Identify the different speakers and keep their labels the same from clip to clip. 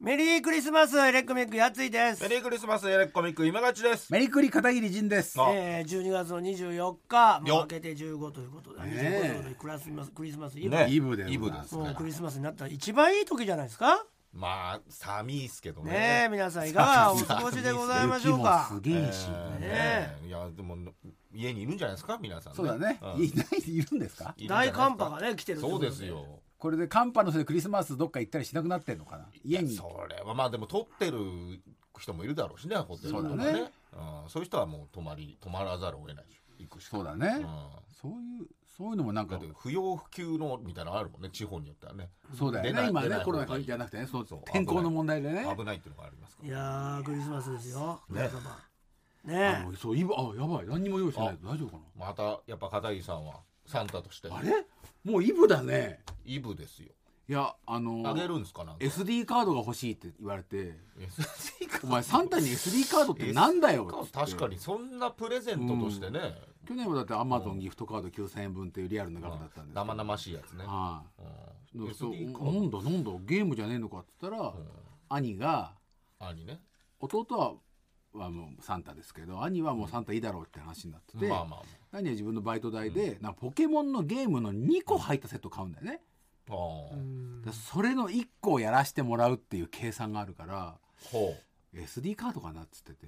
Speaker 1: メリークリスマスエレコミックやついです
Speaker 2: メリークリスマスエレコミック今勝ちです。
Speaker 3: メリクリ片桐仁です。
Speaker 2: あ
Speaker 1: えー、12月の24日もう
Speaker 2: よ
Speaker 1: 明けて15ということで、
Speaker 3: ね
Speaker 1: 25とい
Speaker 3: え
Speaker 1: うことでクラスマスクリスマスイブ、
Speaker 2: ね
Speaker 3: イブでございます
Speaker 2: です
Speaker 1: もう
Speaker 2: か
Speaker 1: ク
Speaker 2: ら。
Speaker 1: リスマスになったら一番いい時じゃないですか
Speaker 2: まあ寒いですけど
Speaker 1: ね
Speaker 2: ね。
Speaker 1: え皆さんい かがお過ごしでございましょうか
Speaker 3: 雪もすげえし。
Speaker 2: ね
Speaker 1: ね
Speaker 2: えいやでも家にいるんじゃないですか皆さん、
Speaker 3: そうだね。
Speaker 2: ん
Speaker 3: いないいるんですか。
Speaker 2: いるんじゃな
Speaker 1: 大
Speaker 2: いですか
Speaker 1: 寒波がね来てるってこ
Speaker 2: そう
Speaker 1: と
Speaker 2: ですよ。
Speaker 3: これで寒波のせいでクリスマスどっか行ったりしなくなってんのかな。家に。
Speaker 2: それはまあでも撮ってる人もいるだろうしねホテルとか
Speaker 3: そう
Speaker 2: ね
Speaker 3: だね
Speaker 2: うん。そういう人はもう泊まり泊まらざるを得ないでしょ。行くしか
Speaker 3: そう
Speaker 2: だ。
Speaker 3: だ
Speaker 2: う
Speaker 3: ね
Speaker 2: ん。。
Speaker 3: そういうそういうのもなん
Speaker 2: だ
Speaker 3: か
Speaker 2: って不要不急のみたいなのあるもんね地方によってはね。
Speaker 3: そうだ
Speaker 2: 出
Speaker 3: よ
Speaker 2: な
Speaker 3: ね。
Speaker 2: い
Speaker 3: 今
Speaker 2: 出
Speaker 3: ね
Speaker 2: ない
Speaker 3: コロナ
Speaker 2: 方がいい
Speaker 3: じゃなくてね、そう
Speaker 2: そう
Speaker 3: 天候の問題でね。
Speaker 2: 危ないっていうのがありますか
Speaker 1: い
Speaker 2: ら。
Speaker 1: やークリスマスですよ皆様ね
Speaker 3: あ
Speaker 1: え
Speaker 3: のそうイブあやばい何にも用意してない大丈夫か
Speaker 2: またやっぱ片桐さんはサンタとして
Speaker 3: な。あれもうイブだね。
Speaker 2: イブですよ。
Speaker 3: いやあの
Speaker 2: あげるんですかなんか。
Speaker 3: SD カードが欲しいって言われて。
Speaker 2: SD カード
Speaker 3: お前サンタに SD カードってなんだよっつって
Speaker 2: 確かにそんなプレゼントとしてね、
Speaker 3: 去年はだってアマゾンギフトカード9000円分っていうリアルな額だったんですけど
Speaker 2: 生々しいやつね、
Speaker 3: は
Speaker 2: う
Speaker 3: い、
Speaker 2: ん、
Speaker 3: でそう
Speaker 2: SD カ
Speaker 3: な
Speaker 2: ー
Speaker 3: んだなんだゲームじゃねえのかって言ったら、兄が
Speaker 2: ド兄ね
Speaker 3: 弟ははもうサンタですけど兄はもうサンタいいだろうって話になってて、
Speaker 2: まあまあ
Speaker 3: 兄は自分のバイト代で、なんかポケモンのゲームの2個入ったセット買うんだよね、
Speaker 2: まあああ、
Speaker 3: でそれの1個をやらしてもらうっていう計算があるから
Speaker 2: ほ
Speaker 3: SD カードかなっつってて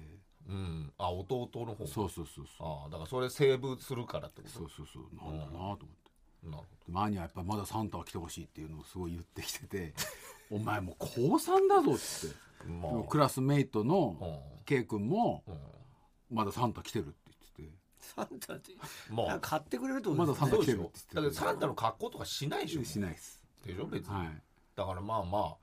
Speaker 2: ううんあ弟の方
Speaker 3: そうそうそうそう
Speaker 2: ああだからそれセーブするからってこ
Speaker 3: そう
Speaker 2: と
Speaker 3: そうそうなんだなと思って。
Speaker 2: なる
Speaker 3: でも兄はやっぱりまだサンタは来てほしいっていうのをすごい言ってきて て「お前もう高3だぞ」っつってでも
Speaker 2: ほど
Speaker 3: クラスメイト
Speaker 2: まあ、
Speaker 3: の
Speaker 2: う
Speaker 3: K 君も
Speaker 2: んうん
Speaker 3: 「まだサンタ来てる」って言って
Speaker 1: サンタって
Speaker 2: まあ
Speaker 1: 買ってくれるってこと
Speaker 3: ま
Speaker 1: で
Speaker 3: だ
Speaker 1: すか
Speaker 3: サン
Speaker 1: ね
Speaker 3: タ
Speaker 2: そうで
Speaker 3: 来
Speaker 2: し
Speaker 3: てるっ
Speaker 2: ょ
Speaker 3: つって
Speaker 2: だけどサンタの格好とかしないでしょ
Speaker 3: てしないです
Speaker 2: でしょ別に、
Speaker 3: はい
Speaker 2: だからまあまあ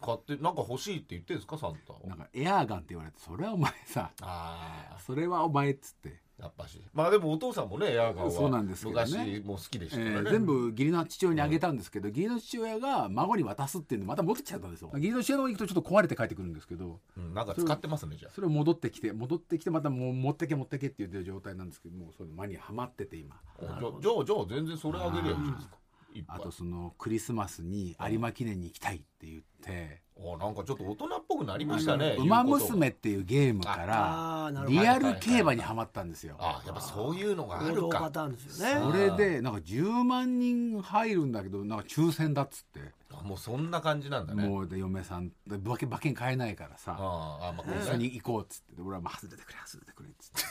Speaker 2: 買ってなんか欲しいって言ってんですかサンタを
Speaker 3: なんかエアーガンって言われて「それはお前さ
Speaker 2: ああ
Speaker 3: それはお前」っつって、
Speaker 2: やっぱしまあでもお父さんもねエアガン
Speaker 3: そうな
Speaker 2: は
Speaker 3: んですけどね
Speaker 2: 昔も好きで
Speaker 3: え
Speaker 2: したからね、
Speaker 3: ー全部義理の父親にあげたんですけど、義理の父親が孫に渡すっていうのまた戻っちゃったんですよ義理の父親の方行くとちょっと壊れて帰ってくるんですけど
Speaker 2: うん、なんか使ってますねじゃあ
Speaker 3: それを戻ってきて戻ってきてまたもう持ってけ持ってけって言ってる状態なんですけどもうその間にはまってて今
Speaker 2: じゃあじゃあじゃあ全然それあげるやんいいですかいっぱい
Speaker 3: あとそのクリスマスに有馬記念に行きたいって言って
Speaker 2: あなんかちょっと大人っぽくなり
Speaker 3: 「
Speaker 2: ましたね
Speaker 3: ウマ
Speaker 2: 言うこと
Speaker 3: 娘」っていうゲームか
Speaker 1: あーな
Speaker 3: ら
Speaker 1: るほど
Speaker 3: リアル競馬にはまったんですよ。
Speaker 2: あやっぱそういうのがあ
Speaker 1: 行動
Speaker 2: る
Speaker 1: パ
Speaker 2: か
Speaker 1: ターンですよね
Speaker 3: それでなんか10万人入るんだけどなんか抽選だっつって、
Speaker 2: あもうそんな感じなんだね
Speaker 3: もうで嫁さんで馬券馬券買えないからさ
Speaker 2: ああまあこれ
Speaker 3: 一緒
Speaker 2: ね
Speaker 3: に行こうっつってで俺は「まあ外れてくれ外れてくれ」っつって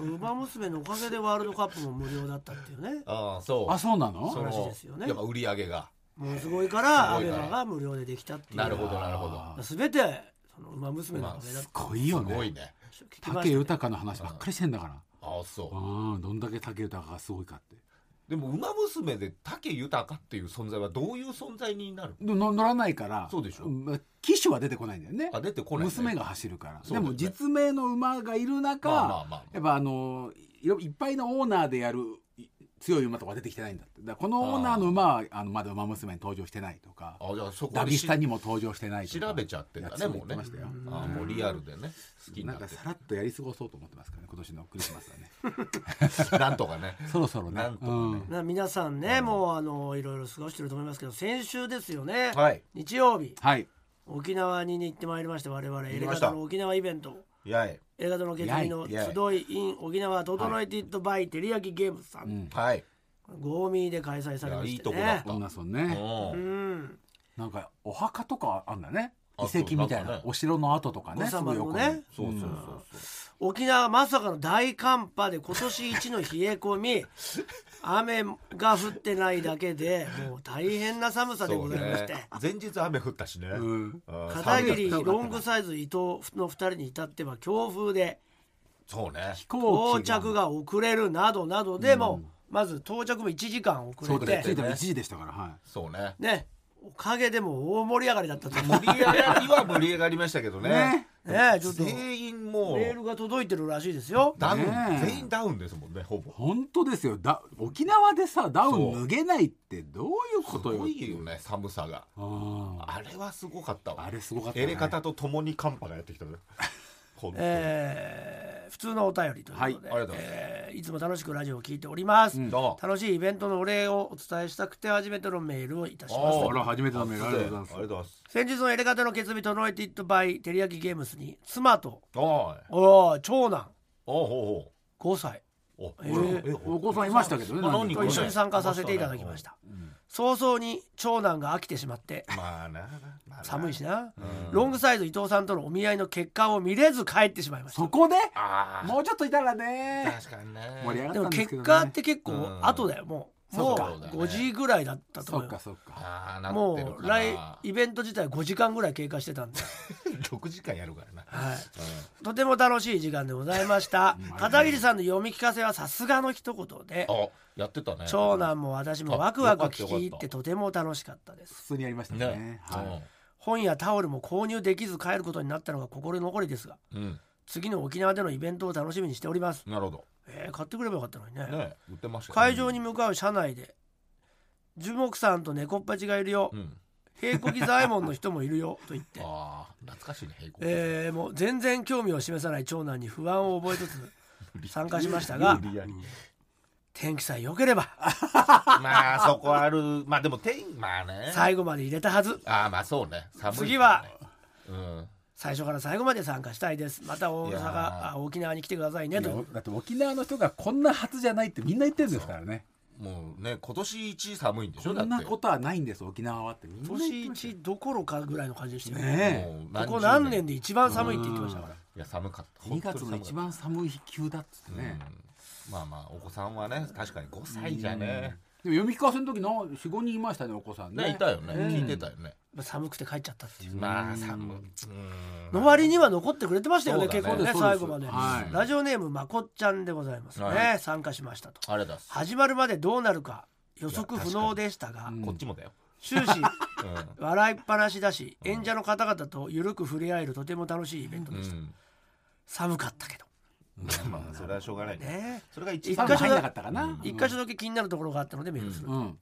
Speaker 1: ウマ娘のおかげでワールドカップも無料だったっていう ね
Speaker 2: ああそう
Speaker 3: あそうな
Speaker 2: そ
Speaker 3: の
Speaker 2: の
Speaker 1: 話ですよね
Speaker 2: やっぱ売り上げが
Speaker 1: もうすごいからア
Speaker 2: すごい
Speaker 1: ベ
Speaker 2: から
Speaker 1: マが無料でできたっていう
Speaker 2: なるほどなるほど
Speaker 3: あー
Speaker 1: 全てそのウマ娘のおかげだっ
Speaker 3: す
Speaker 1: た
Speaker 3: ごいよ
Speaker 2: すごい
Speaker 3: ね
Speaker 2: ね
Speaker 1: 聞きました
Speaker 3: 武豊の話ばっかりしてんだから
Speaker 2: あそ
Speaker 3: うんどんだけ武豊がすごいかって
Speaker 2: うでも「ウマ娘」で武豊っていう存在はどういう存在になる
Speaker 3: の乗らないから
Speaker 2: そうでしょ
Speaker 3: まあ機種は出てこないんだよね
Speaker 2: あ出てこないね
Speaker 3: 娘が走るから
Speaker 2: そう
Speaker 3: で,、
Speaker 2: だよね
Speaker 3: も実名の馬がいる中、
Speaker 2: まあまあまあ
Speaker 3: やっぱあのいろいっぱいのオーナーでやるい強い馬とか出てきてないんだってだからこのオーナーの馬はあのまだ馬娘に登場してないとか
Speaker 2: あじゃあそこ
Speaker 3: ダ
Speaker 2: に
Speaker 3: ビ
Speaker 2: し
Speaker 3: スタにも登場してないとか
Speaker 2: 調べちゃってんだ
Speaker 3: や
Speaker 2: ね
Speaker 3: つ
Speaker 2: も
Speaker 3: 言
Speaker 2: う
Speaker 3: て
Speaker 2: ね
Speaker 3: ましたよ
Speaker 2: あもうリアルでね好きに
Speaker 3: な
Speaker 2: なんっ
Speaker 3: か
Speaker 2: て
Speaker 3: さらっとやり過ごそうと思ってますからね今年のクリスマス はね
Speaker 2: なんとかね
Speaker 3: そろそろね
Speaker 2: なんとかね
Speaker 3: うん
Speaker 1: な皆さんね、もうあのいろいろ過ごしてると思いますけど先週ですよね、
Speaker 2: はい
Speaker 1: 日曜日
Speaker 3: はい
Speaker 1: 沖縄に行ってまいりました我々
Speaker 2: 行
Speaker 1: 映
Speaker 2: きま
Speaker 1: 画
Speaker 2: した
Speaker 1: の沖縄イベント
Speaker 2: いやい
Speaker 1: 映画の決意の
Speaker 2: イェイイ
Speaker 1: 集い in 沖縄トトナイティッドバイテリヤキゲームズさん、
Speaker 2: はい
Speaker 1: ゴーミーで開催されま
Speaker 2: いやい
Speaker 1: し
Speaker 2: い
Speaker 1: て
Speaker 2: とこ
Speaker 1: ね
Speaker 2: だ
Speaker 3: 恩納村
Speaker 2: う
Speaker 3: ね
Speaker 2: ん
Speaker 1: うん
Speaker 3: なんかお墓とかあんだね
Speaker 2: あ
Speaker 3: 遺
Speaker 2: そ
Speaker 3: 跡みたい
Speaker 2: うなん
Speaker 3: な
Speaker 2: かね
Speaker 3: お城の跡とかね
Speaker 1: 御様のね
Speaker 3: すぐ横に
Speaker 2: そうそうそうそう
Speaker 1: 沖縄まさかの大寒波で今年一の冷え込 み雨が降ってないだけでもう大変な寒さで
Speaker 2: そ
Speaker 1: ご
Speaker 2: う
Speaker 1: ざいまし
Speaker 2: ね
Speaker 1: て、。
Speaker 2: 前日雨降ったしね。
Speaker 3: ん
Speaker 2: あー
Speaker 1: 片
Speaker 2: 寒い
Speaker 1: 桐ロングサイズ伊藤の2人に至っては強風で
Speaker 2: そうね。
Speaker 3: 飛行
Speaker 1: 到
Speaker 3: 機が
Speaker 1: 着が遅れるなどなどでもまず到着も1時間
Speaker 3: そ
Speaker 1: 遅れ
Speaker 3: うだね
Speaker 1: て
Speaker 3: 着いたの1時でしたからはい
Speaker 2: そうね。
Speaker 1: ねおかげでも大盛り上がりだったと思う
Speaker 2: 盛り上がりは盛り上がりましたけどね
Speaker 3: ね
Speaker 1: ねえちょっとメ
Speaker 2: 全員も
Speaker 1: ー
Speaker 2: う
Speaker 1: ルが届いてるらしいですよ
Speaker 2: ダウン
Speaker 3: ねえ
Speaker 2: 全員ダウンですもんねほぼ
Speaker 3: 本当ですよだ沖縄でさダウ
Speaker 2: そう
Speaker 3: ン脱げないってどういうこ
Speaker 2: す
Speaker 3: とよ
Speaker 2: ごいよね寒さが
Speaker 3: あ
Speaker 2: あれはすごかったわ
Speaker 3: あれすごかったね
Speaker 2: エレカタと共に寒波がやってきた ね本当に
Speaker 1: えー普通のお便りということで、
Speaker 2: はいありがとうございます
Speaker 1: えーいつも楽しくラジオを聞いております、
Speaker 2: どうも
Speaker 1: 楽しいイベントのお礼をお伝えしたくて初めてのメールをいたします
Speaker 2: あ
Speaker 3: あら初めてのメールありがとうございます
Speaker 2: ありがとうございます
Speaker 1: 先日のエレガタの決意トノイティッドバイテリヤキゲームスに妻と
Speaker 2: おい
Speaker 1: おー長男
Speaker 2: おうほ
Speaker 1: 5歳
Speaker 2: うほうお
Speaker 1: え
Speaker 2: 俺
Speaker 1: ー
Speaker 2: え
Speaker 3: お子さんいましたけどね
Speaker 2: まあ
Speaker 3: 何人
Speaker 2: 何人
Speaker 1: と
Speaker 2: か
Speaker 3: か
Speaker 1: 一緒に参加させていただきました早々に長男が飽きてしまって
Speaker 2: まあなまあな
Speaker 1: 寒いしなロングサイズ伊藤さんとのお見合いの結果を見れず帰ってしまいました
Speaker 3: そこで
Speaker 2: あ
Speaker 3: もうちょっといたらね
Speaker 2: あ確かにね
Speaker 3: 盛り上が
Speaker 1: で
Speaker 3: った
Speaker 1: も
Speaker 3: んです
Speaker 1: 結
Speaker 3: けどね
Speaker 1: 果って結構
Speaker 2: うん
Speaker 1: 後だよもう
Speaker 2: そ
Speaker 1: も
Speaker 2: う
Speaker 1: う
Speaker 2: か
Speaker 1: 5時ぐらいだったと
Speaker 3: そ
Speaker 1: 思
Speaker 3: っ
Speaker 1: うよ
Speaker 3: かそっか
Speaker 2: ああなってる
Speaker 1: も
Speaker 2: か
Speaker 1: う
Speaker 2: な
Speaker 1: 来イベント自体5時間ぐらい経過してたんで、
Speaker 2: 6時間やるからな
Speaker 1: は
Speaker 2: う
Speaker 1: い、とても楽しい時間でございました片桐さんの読み聞かせはさすがの一言で
Speaker 2: んあやってたね
Speaker 1: 長男も私もワクワク聞き入ってとても楽しかったです
Speaker 3: 普通にやりましたね
Speaker 2: ね
Speaker 3: はい
Speaker 1: 本やタオルも購入できず帰ることになったのが心残りですが
Speaker 2: うん
Speaker 1: 次の沖縄でのイベントを楽しみにしております
Speaker 2: うんなるほ
Speaker 1: えー買ってくればよかったのにね
Speaker 2: どね売ってました
Speaker 1: 会場に向かう車内で樹木さんと猫っちがいるよ
Speaker 2: うん
Speaker 1: 平子木左衛門の人もいるよ と言って
Speaker 2: ああ懐かしいね平行
Speaker 1: えーもう全然興味を示さない長男に不安を覚えつつ参加しましたが
Speaker 2: 無理やり
Speaker 1: 天気さえ良ければ
Speaker 2: まあそこあるまあでも天まあね
Speaker 1: 最後まで入れたはず
Speaker 2: ああまあそうね寒いからね
Speaker 1: 次は
Speaker 2: うん
Speaker 1: 最初から最後まで参加したいですまた大
Speaker 2: いや
Speaker 1: 阪
Speaker 2: ー
Speaker 1: あ沖縄に来てくださいね
Speaker 3: いや
Speaker 1: と
Speaker 3: だって沖縄の人がこんなはずじゃないってみんな言ってるんですからね
Speaker 2: もうね今年一寒いんでし
Speaker 3: そ
Speaker 2: ょだっ
Speaker 3: ん
Speaker 2: て
Speaker 3: なことはないんです沖縄はってみんな言って
Speaker 1: 年
Speaker 3: ましたよ
Speaker 1: 一どころかぐらいの感じでしたよね
Speaker 3: ね
Speaker 2: もう
Speaker 1: ここ
Speaker 2: 十
Speaker 1: 何年で一番寒いって言ってましたから
Speaker 2: いや寒かった
Speaker 3: え2月の一番寒い日急だっつって
Speaker 2: ね
Speaker 3: ね
Speaker 2: まあまあお子さんはね確かに5歳じゃね
Speaker 3: でも読み聞かせの時の45人いましたねお子さんね
Speaker 2: ねいたよね
Speaker 3: うん
Speaker 2: 聞いてたよね
Speaker 1: まあ寒くて帰っちゃったっていう
Speaker 2: まあ寒い
Speaker 1: の割には残ってくれてましたよね
Speaker 2: そう
Speaker 1: 結
Speaker 2: だね
Speaker 1: 構ね
Speaker 3: そうです
Speaker 1: 最後まで
Speaker 3: はい
Speaker 1: ラジオネームまこっちゃんでございます
Speaker 2: は
Speaker 1: ね参加しましたと
Speaker 2: あれだっす
Speaker 1: 始まるまでどうなるか予測不能でしたが
Speaker 3: に
Speaker 2: こっちもだよ
Speaker 1: 終始
Speaker 2: う
Speaker 1: 笑いっぱなしだし演者の方々とゆるく触れ合えるとても楽しいイベント
Speaker 2: んう
Speaker 1: でした
Speaker 2: ん
Speaker 1: 寒かったけど
Speaker 2: まあそれはしょうがないね
Speaker 1: ね
Speaker 2: それが
Speaker 1: 一
Speaker 2: 一
Speaker 3: サウ
Speaker 2: 番
Speaker 3: ナ入んなかったかな、
Speaker 1: 一箇所だけ気になるところがあったのでメールする
Speaker 3: うん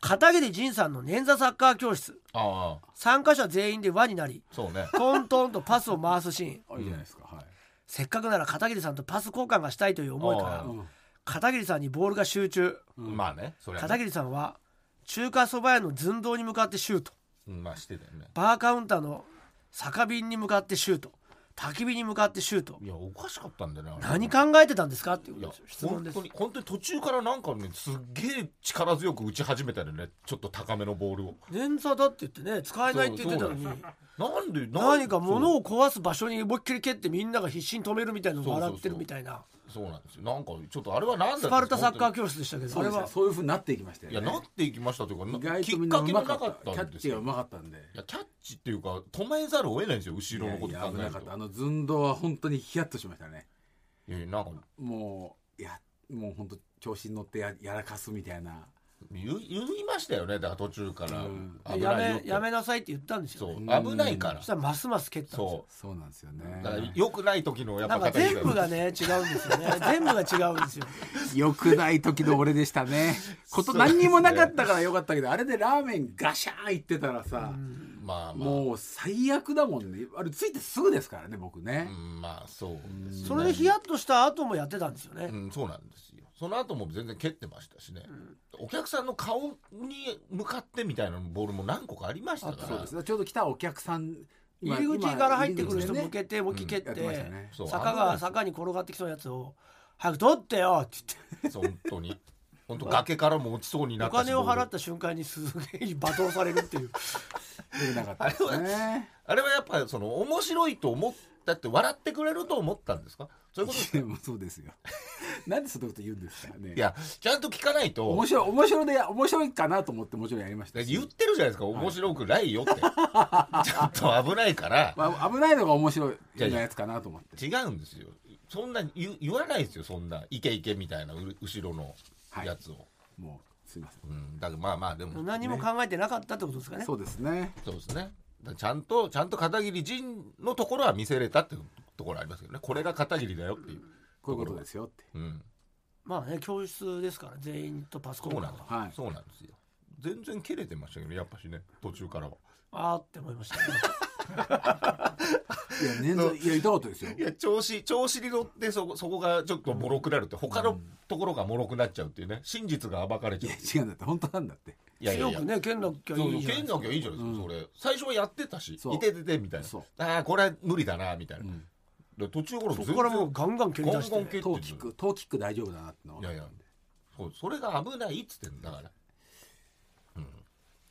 Speaker 1: 片桐仁さんの捻挫サッカー教室
Speaker 2: ああ
Speaker 1: 参加者全員で輪になり
Speaker 2: そうね
Speaker 1: トントンとパスを回すシーン
Speaker 3: あいいじゃないですか、はい
Speaker 1: せっかくなら片桐さんとパス交換がしたいという思いから
Speaker 2: あー
Speaker 1: 片桐さんにボールが集中
Speaker 2: まあねそれ
Speaker 1: 片桐さんは中華そば屋の寸胴に向かってシュート
Speaker 2: うんまあしてたよね
Speaker 1: バーカウンターの酒瓶に向かってシュート焚き火に向かってシュート
Speaker 2: いやおかしかったんだよねあれ
Speaker 1: 何考えてたんですかっていう
Speaker 2: い
Speaker 1: こ
Speaker 2: や
Speaker 1: とですよ質問
Speaker 2: 本
Speaker 1: です
Speaker 2: 当に本当に途中からなんかねすっげえ力強く打ち始めたよねちょっと高めのボールを
Speaker 1: 連鎖だって言ってね使えないって言ってたのに
Speaker 2: なんでなん
Speaker 1: 何か物を壊す場所に思いっきり蹴ってみんなが必死に止めるみたいなのを笑ってるみたいな
Speaker 2: そうなんですよなんかちょっとあれはなんだ
Speaker 1: スパルタサッカー
Speaker 2: ー
Speaker 1: 教室でしたけど
Speaker 3: そ
Speaker 1: あ
Speaker 3: う
Speaker 1: れ
Speaker 3: ですね
Speaker 1: は
Speaker 3: そういうふうになっていきましたよ
Speaker 2: い
Speaker 3: ね
Speaker 2: やなっていきましたというかな
Speaker 3: 意外
Speaker 2: き
Speaker 3: と
Speaker 2: っ
Speaker 3: みんな
Speaker 2: か
Speaker 3: う
Speaker 2: け
Speaker 3: ま
Speaker 2: も
Speaker 3: か
Speaker 2: な
Speaker 3: っ
Speaker 2: かったた
Speaker 3: キャ
Speaker 2: ん
Speaker 3: ッ
Speaker 2: です
Speaker 3: チが
Speaker 2: よ
Speaker 3: うまかったんで
Speaker 2: いやキャッチっていうか止めざるを得ないんですよ後ろのこと
Speaker 3: いや
Speaker 2: 考
Speaker 3: 危
Speaker 2: え
Speaker 3: な
Speaker 2: る
Speaker 3: か
Speaker 2: と
Speaker 3: ったあの寸胴は本当にヒヤッとしましたね
Speaker 2: いやいやなんか
Speaker 3: もういやもう本当調子に乗ってややらかすみたいな
Speaker 2: 言う言いましたよねだから途中から
Speaker 3: うん
Speaker 2: 危
Speaker 1: や
Speaker 2: ないよっ
Speaker 1: め
Speaker 2: て
Speaker 1: やめなさいって言ったんですよ
Speaker 2: そ
Speaker 1: ね
Speaker 2: う危ないから
Speaker 1: そしたらますます蹴ったんですよ
Speaker 2: そ
Speaker 3: そうなんですよ
Speaker 2: う
Speaker 3: ね
Speaker 2: だから良くない時のやっ
Speaker 1: な
Speaker 2: ぱ
Speaker 1: んか
Speaker 2: 片
Speaker 1: 全
Speaker 2: 桐
Speaker 1: 部
Speaker 2: さ
Speaker 1: が
Speaker 2: ん
Speaker 1: ね違うんですよね 全部が違うんですよ
Speaker 3: 良くない時の俺でした ねこと何にもなかったからよかったけどあれでラーメンガシャーンいってたらさ、
Speaker 2: まあまあ
Speaker 3: もう最悪だもんねあれついてすぐですからね僕ね
Speaker 2: う、んまあそうですね
Speaker 1: それでヒヤッとした後もやってたんですよね、
Speaker 2: うん、そうなんですよその後も全然蹴ってましたしね、お客さんの顔に向かってみたいなボールも何個かありましたから
Speaker 3: そうですねちょうど来たお客さん今
Speaker 1: 入り口から入ってくる人
Speaker 3: 今
Speaker 1: 向けて思いっきり蹴って,、
Speaker 3: やってましたね
Speaker 2: そう
Speaker 1: 坂が坂に転がってきそうなやつを「早く取ってよ」って
Speaker 2: そう本当に本当崖からも落ちそうに
Speaker 1: 言
Speaker 2: な
Speaker 1: ってお
Speaker 2: ったし
Speaker 1: 金を払っ
Speaker 2: ボール
Speaker 1: た瞬間にすげえ罵倒されるっていう
Speaker 3: 入れなかったですね
Speaker 2: あれはやっぱりその面白いと思ったって笑ってくれると思ったんですかそういうことです
Speaker 3: で
Speaker 2: か
Speaker 3: もそうですよなんでそんなこと言うんですかね
Speaker 2: いやちゃんと聞かないと
Speaker 3: 面白い面白いで面白いかなと思ってもちろんやりましたし
Speaker 2: 言ってるじゃないですか面白くないよって、 ちょっと危ないから
Speaker 3: まあ、危ないのが面白いなやつかなと思って
Speaker 2: 違うんですよそんな言う言わないですよそんなイケイケみたいなう後ろのやつを、
Speaker 3: もうすいません、
Speaker 2: うん、だけどまあまあでも
Speaker 1: 何も考えてなかったってことですかね
Speaker 3: そうですね
Speaker 2: そうですねだからちゃんとちゃんと片桐仁のところは見せれたっていうところありますけどねこれが片桐だよっていう、
Speaker 3: こういうことですよって
Speaker 2: うん、
Speaker 1: まあね教室ですから全員とパソコ
Speaker 2: そう
Speaker 1: ン
Speaker 2: な
Speaker 1: が
Speaker 2: んです、
Speaker 3: はい
Speaker 2: そうなんですよ全然切れてましたけどやっぱしね途中からは
Speaker 1: あーって思いました、ね、
Speaker 3: いや年々いや痛かったですよ
Speaker 2: いや調子調子に乗ってそこそこがちょっともろくなるって他のところがもろくなっちゃうっていうね真実が暴かれちゃう
Speaker 3: 違うんだって本当なんだって
Speaker 2: いやいやいや
Speaker 1: 強くね剣のきゃい
Speaker 2: そう
Speaker 1: い
Speaker 2: そう
Speaker 1: じゃない
Speaker 2: 剣なきゃいいじゃないですか、それ最初はやってたし
Speaker 3: そう
Speaker 2: いてててみたいな
Speaker 3: そう
Speaker 2: ああこれは無理だなみたいな、で途中頃
Speaker 1: そ
Speaker 2: 全
Speaker 1: こ
Speaker 2: 然
Speaker 1: からもうガンガン蹴り
Speaker 2: ゴ
Speaker 1: 出
Speaker 2: ン
Speaker 1: し
Speaker 2: ゴン
Speaker 1: て
Speaker 2: 蹴って
Speaker 3: ト
Speaker 2: ん
Speaker 3: ー
Speaker 2: の
Speaker 3: キックトーキック大丈夫だなってのはい
Speaker 2: やいやそうそれが危ないっつってんだからうん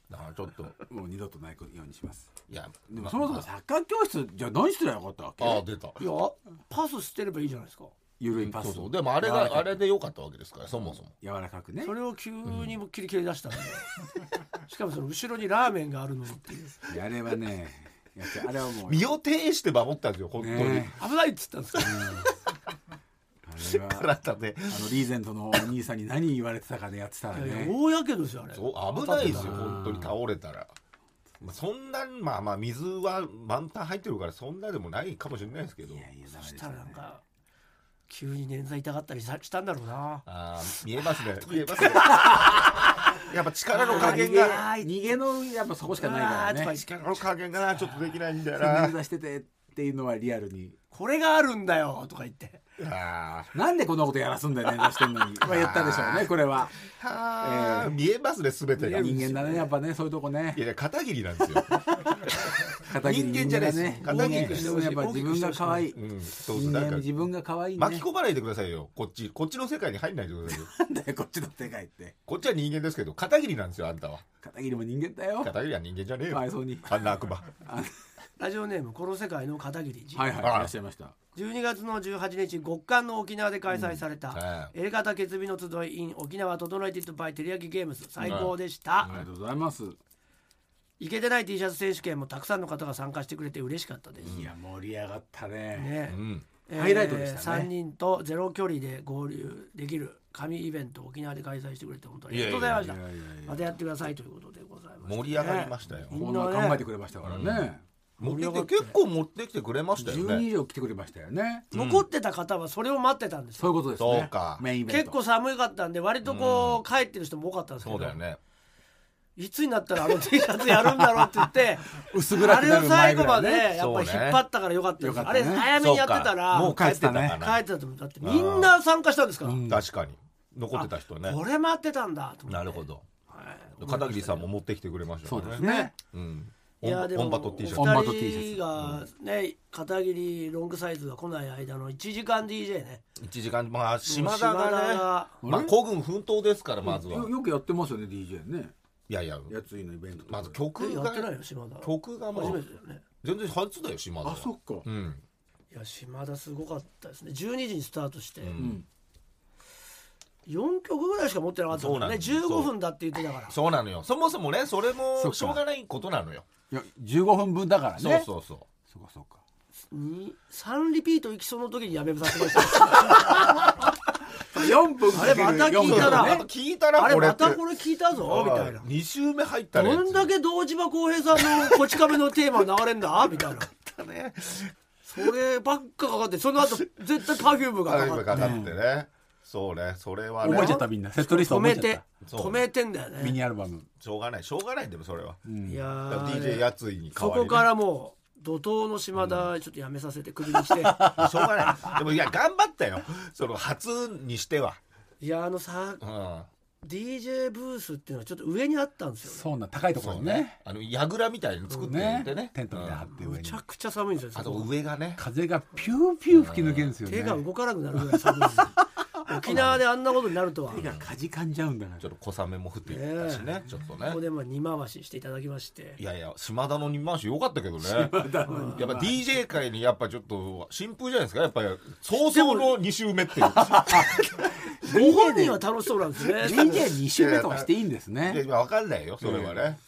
Speaker 2: だからちょっと
Speaker 3: もう二度とないようにします
Speaker 2: いや
Speaker 3: でも
Speaker 2: ま
Speaker 3: そもそもサッカー教室じゃあ何してりゃよかったわけ
Speaker 2: ああ出た
Speaker 1: いやパスしてればいいじゃないですか
Speaker 3: ゆるいパス
Speaker 2: そうそうでもあれがあれで良かったわけですからそもそも
Speaker 3: 柔らかくね
Speaker 1: それを急にもっきり蹴り出したんで、しかもその後ろにラーメンがあるのにって いう
Speaker 3: やればねやっちゃあれはもう
Speaker 2: 身を挺して守ったんですよ本当に、
Speaker 3: ね
Speaker 1: 危ないっつったんですか
Speaker 3: あれは
Speaker 2: 体で
Speaker 3: あのリーゼントのお兄さんに何言われてたかでやってたら
Speaker 1: いやいや
Speaker 3: ね
Speaker 1: 大やけどですよあれ
Speaker 2: そう危ないですよ本当に倒れたら、まあ、そんなまあまあ水は満タン入ってるからそんなでもないかもしれないですけど
Speaker 3: いやいや
Speaker 1: そ
Speaker 3: ダメで
Speaker 1: し
Speaker 3: したた
Speaker 1: ら
Speaker 3: ね
Speaker 1: なんか急に捻挫痛がったりさしたんだろうな
Speaker 2: ああ見え ますね見えますねやっぱ力の加減
Speaker 3: い
Speaker 2: が
Speaker 3: や逃げのやっぱそこしかないから
Speaker 1: うわーと
Speaker 3: ね
Speaker 1: か
Speaker 2: 力の加減がなちょっとできないんだよ な
Speaker 3: 捻挫しててっていうのはリアルに
Speaker 1: これがあるんだよとか言って
Speaker 2: あ
Speaker 3: なんでこんなことやらすんだよ捻挫してんのにまあ言ったでしょうねこれは
Speaker 2: ーはー見えますね全てが
Speaker 3: 人間だねやっぱねそういうとこね
Speaker 2: いやいや片桐なん ですよ、
Speaker 3: 片桐
Speaker 2: 人間じゃないです
Speaker 3: ね
Speaker 2: 片桐
Speaker 3: 人間
Speaker 1: してほしい
Speaker 3: やっぱ自分が可愛い
Speaker 2: うん、そうそう
Speaker 3: 人
Speaker 2: なん
Speaker 3: 間
Speaker 2: か
Speaker 3: 自分が可愛いね
Speaker 2: 巻き込まないでくださいよこっちこっちの世界に入んないでくださいよ
Speaker 3: なんだよこっちの世界って
Speaker 2: こっちは人間ですけど片桐なんですよあんたは
Speaker 3: 片桐も人間だよ
Speaker 2: 片桐は人間じゃねえ
Speaker 3: かわい
Speaker 2: よ
Speaker 3: そうに
Speaker 2: あんな悪魔
Speaker 1: ラジオネームこの世界の片桐仁、
Speaker 3: はいはいい
Speaker 2: あ
Speaker 3: らっしゃいました
Speaker 1: 12月の18日極寒の沖縄で開催され
Speaker 2: うんは
Speaker 1: た「エレカタ決備の集い in 沖縄整えていたバイテリヤキゲームズ」最高でした、
Speaker 3: ありがとうございます
Speaker 1: いけてない T シャツ選手権もたくさんの方が参加してくれて嬉しかったです、
Speaker 3: いや盛り上がったね
Speaker 1: ね
Speaker 2: うん
Speaker 1: え
Speaker 3: ハイライトでしたね
Speaker 1: 3人とゼロ距離で合流できる神イベントを沖縄で開催してくれて本当にありがとうございました
Speaker 3: いやいやいやいや
Speaker 1: またやってくださいということでございます
Speaker 2: 盛り上がりましたよ、
Speaker 1: ね
Speaker 3: こんな
Speaker 1: みんなね
Speaker 3: 考えてくれましたからね
Speaker 2: 持ってきて結構持ってきてくれましたよ
Speaker 3: 12以
Speaker 2: ね
Speaker 3: 上来てくれましたよね
Speaker 1: 残ってた方はそれを待ってたんですよ、
Speaker 3: そういうことですね
Speaker 2: そうか
Speaker 3: メインイベント
Speaker 1: 結構寒かったんで割とこう帰ってる人も多かったんですけ
Speaker 2: そう
Speaker 1: ど
Speaker 2: だよね
Speaker 1: いつになったらあの T シャツやるんだろうって言って
Speaker 3: 薄暗くなる
Speaker 1: あれ
Speaker 3: 前
Speaker 1: を最
Speaker 3: ぐ
Speaker 1: 後
Speaker 3: ら
Speaker 1: ま
Speaker 3: い
Speaker 1: で
Speaker 3: ね
Speaker 1: やっぱ引っ張ったからよかったです、
Speaker 3: そうね
Speaker 1: あれ
Speaker 3: よかったね
Speaker 1: 早めにやってたら
Speaker 2: そうかもう帰ってた
Speaker 3: 帰っ
Speaker 2: か
Speaker 3: てた
Speaker 1: 帰
Speaker 2: な
Speaker 1: ってたと思うだってみんな参加したんですから、
Speaker 2: 確かに残ってた人ね
Speaker 1: これ待ってたんだと思って
Speaker 2: なるほど片桐さんも持ってきてくれました
Speaker 3: そ
Speaker 2: よ
Speaker 3: うです
Speaker 2: ね
Speaker 3: ね
Speaker 2: うん
Speaker 1: いやで
Speaker 2: オ
Speaker 1: も
Speaker 2: ンバト T シャ
Speaker 3: オ
Speaker 2: ツ
Speaker 3: ンバト
Speaker 1: お
Speaker 3: T
Speaker 1: 二人がね片桐ロングサイズが来ない間の1時間 DJ ね
Speaker 2: 1時間まあ島田がね
Speaker 1: 島田が
Speaker 2: まあ孤軍奮闘ですからまずは
Speaker 3: よよくやってますよね DJ ね
Speaker 2: いやいや
Speaker 3: やついのイベントとか
Speaker 2: まず曲
Speaker 1: えやってない
Speaker 2: が
Speaker 1: よ島田初
Speaker 2: 曲がも
Speaker 1: め
Speaker 2: う
Speaker 1: てだよね
Speaker 2: 全然初だよ島田
Speaker 3: あ
Speaker 2: は
Speaker 3: そっか
Speaker 2: うん
Speaker 1: いや島田すごかったですね12時にスタートして、
Speaker 3: ん
Speaker 1: 4曲ぐらいしか持ってなかったからね
Speaker 2: そうなんです
Speaker 1: 15分だって言ってたから
Speaker 2: そうなのよそもそもねそれ
Speaker 3: そっ
Speaker 2: も
Speaker 3: か
Speaker 2: しょうがないことなのよ
Speaker 3: いや15分分だからね
Speaker 2: そうそうそう
Speaker 3: そうかそうか
Speaker 1: に3リピートいきそうの時にやめさせま した
Speaker 3: 4分かける
Speaker 1: あれまた聞い
Speaker 2: や
Speaker 1: た
Speaker 2: っ
Speaker 1: な
Speaker 2: ぱ
Speaker 1: ね
Speaker 2: 聞いたな
Speaker 1: あれ
Speaker 2: これ
Speaker 1: ま
Speaker 2: って
Speaker 1: たこれ聞いたぞみたいな
Speaker 2: 2週目入ったね
Speaker 1: どんだけ堂島康平さんの「こち亀」のテーマ流れん だみたいな
Speaker 2: ね
Speaker 1: そればっかかかってその後絶対 Perfume がか
Speaker 2: あ
Speaker 1: か
Speaker 2: 今
Speaker 1: って
Speaker 2: かかってねそうねそれはね
Speaker 3: 覚えちゃったみんなセットリスト
Speaker 1: 止
Speaker 3: 覚え
Speaker 1: め
Speaker 3: ちゃってた
Speaker 2: そう
Speaker 1: 止めてんだよね
Speaker 3: ミニアルバム
Speaker 2: しょうがないしょうがないでもそれはい
Speaker 1: や
Speaker 2: だから
Speaker 1: ー
Speaker 2: DJ やついに変
Speaker 1: そ
Speaker 2: わり
Speaker 1: こ
Speaker 2: ね
Speaker 1: からもう怒涛の島田ちょっとやめさせてクビにして
Speaker 2: しょうがないでもいや頑張ったよその初にしてはい
Speaker 1: やあのさ
Speaker 2: うん
Speaker 1: DJ ブースっていうのはちょっと上にあったんですよね
Speaker 3: そうな高いとこ
Speaker 2: そ
Speaker 3: ろ
Speaker 2: う
Speaker 3: ね
Speaker 2: ねあのやぐらみたいに作って
Speaker 3: ね
Speaker 2: てね
Speaker 3: テントみたいなの張って上
Speaker 1: め
Speaker 3: に
Speaker 1: ちゃくちゃ寒いんですよ
Speaker 2: あ
Speaker 1: そ
Speaker 2: と
Speaker 1: こ
Speaker 2: 上がね
Speaker 3: 風がピューピュー吹き抜けるんですよね
Speaker 1: 手が動かなくなるぐらい寒いんです よ沖縄であんなことになるとは
Speaker 3: 手
Speaker 1: こ
Speaker 3: がかじかんじゃうんだか
Speaker 2: ちょっと小雨も降ってきたしねちょっとね
Speaker 1: こでまあ二回ししていただきまして
Speaker 2: いやいや島田の二回しよかったけどね
Speaker 3: ら
Speaker 2: やっぱ DJ 界にやっぱちょっと新風じゃないですかやっぱり早々の2週目っていう
Speaker 1: ご本人は楽しそうなんですね
Speaker 3: DJ2 週目とかしていいんです
Speaker 2: いや
Speaker 3: ね
Speaker 2: まあ分かんないよそれはね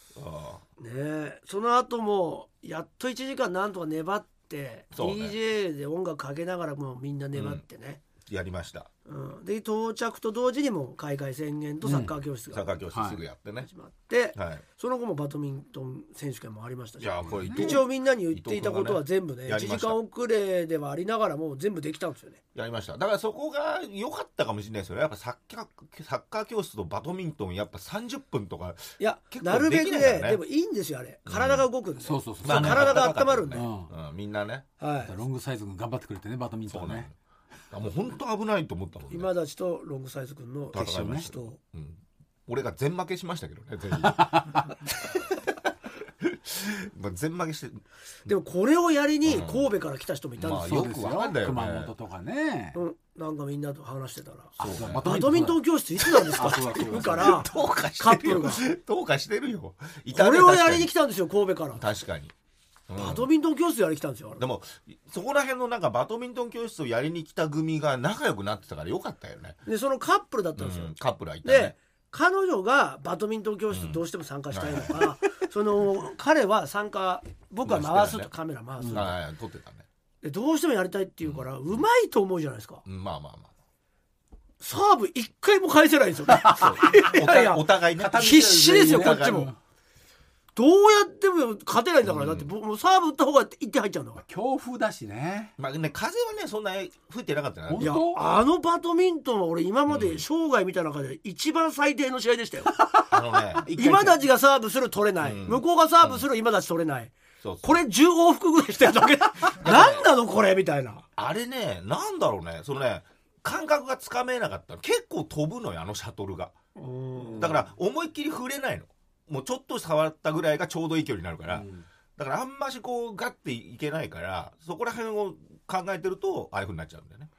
Speaker 2: うん
Speaker 1: ねえその後もやっと1時間なんとか粘って、
Speaker 2: そうね
Speaker 1: DJ で音楽かけながらもうみんな粘ってね、
Speaker 2: やりました
Speaker 1: うん、で到着と同時にもう開会宣言とサッカー教室
Speaker 2: サッカ
Speaker 1: が
Speaker 2: ー教室すぐやってね
Speaker 1: 始、まって、
Speaker 2: はい
Speaker 1: その後もバドミントン選手権もありましたし
Speaker 2: いやこれ伊藤
Speaker 1: 一応みんなに言っていたことは全部ね
Speaker 2: 伊藤
Speaker 1: 1
Speaker 2: 君がね
Speaker 1: 時間遅れではありながらもう全部できたんですよね
Speaker 2: やりましただからそこが良かったかもしれないですよねやっぱサッカーサッカー教室とバドミントンやっぱ30分とか
Speaker 1: いや
Speaker 2: 結構
Speaker 1: なるべくね
Speaker 2: できないからね
Speaker 1: でもいいんですよあれ体が動くんで、
Speaker 3: そうそうそう
Speaker 1: まあね体が温まるんで
Speaker 2: うんうんみんなね
Speaker 1: は
Speaker 3: ロングサイズ君頑張ってくれてねバドミン
Speaker 2: そ
Speaker 3: ト
Speaker 2: う
Speaker 3: ン
Speaker 2: ね
Speaker 3: ね
Speaker 2: だからもう本当危ないと思ったもん
Speaker 1: い
Speaker 2: ね
Speaker 1: 今立ちとロングサイズ君の
Speaker 2: 戦いました
Speaker 1: 人を
Speaker 2: うん、俺が全負けしましたけどね 全員まあ全負けして
Speaker 1: でもこれをやりに
Speaker 2: うん
Speaker 1: 神戸から来た人もいたんですよ、
Speaker 3: そうです
Speaker 2: よくわかんないよね
Speaker 3: 熊本とかね
Speaker 1: うん、なんかみんなと話してたら「
Speaker 2: そうね
Speaker 3: バ
Speaker 1: バドミントン教室いつなんですか?」
Speaker 3: あ
Speaker 1: って
Speaker 3: そうだ
Speaker 1: 言うから「
Speaker 2: どうか
Speaker 1: カ
Speaker 2: し
Speaker 1: ッ
Speaker 2: て
Speaker 1: プ
Speaker 2: る
Speaker 1: ル
Speaker 2: よ
Speaker 1: が
Speaker 2: どうかしてるよいた
Speaker 1: こ
Speaker 2: ね
Speaker 1: れをやりに来
Speaker 2: 確
Speaker 1: たんですよ神戸から」
Speaker 2: かに確かに、うん
Speaker 1: バドミントン教室やりに来たんですよあれ
Speaker 2: でもそこら辺のなんかバドミントン教室をやりに来た組が仲良くなってたからよかったよね、
Speaker 1: でそのカップルだった
Speaker 2: うん
Speaker 1: ですよ、
Speaker 2: ん、カップルはいたね
Speaker 1: で彼女がバドミントン教室どうしても参加したいのか、 その彼は参加僕は回すと、
Speaker 2: 回してたね
Speaker 1: カメラ回すと、
Speaker 2: はい撮ってたね、
Speaker 1: でどうしてもやりたいって言うから、うまいと思うじゃないですか
Speaker 2: うん、まあまあま
Speaker 1: サーブ一回も返せないんですよね
Speaker 2: あ
Speaker 1: いやいや
Speaker 2: お互いね
Speaker 1: 必死ですよこっち
Speaker 2: お互い
Speaker 1: も
Speaker 2: に
Speaker 1: どうやっても勝てないんだから、だって僕もうサーブ打った方が1点入っちゃうんだから
Speaker 3: 強風だしね
Speaker 2: まあね風はねそんな吹いてなかったよね
Speaker 1: いや
Speaker 3: 本当
Speaker 1: あのバドミントンは俺今まで生涯見た中で一番最低の試合でした よ
Speaker 2: あの ね
Speaker 1: 今立ちがサーブする取れない、
Speaker 2: うん
Speaker 1: 向こうがサーブする今立ち取れない、
Speaker 2: そうそう
Speaker 1: これ10往復ぐらいしてるだ け何なのこれみたいな
Speaker 2: あれね、なんだろうね、そのね、感覚がつかめなかったの結構飛ぶのよ、あのシャトルが。だから、思いっきり触れないの。もうちょっと触ったぐらいがちょうどいい距離になるから。だから、あんましこう、ガッていけないから、そこら辺を考えてると、ああいうふうになっちゃうんだよね。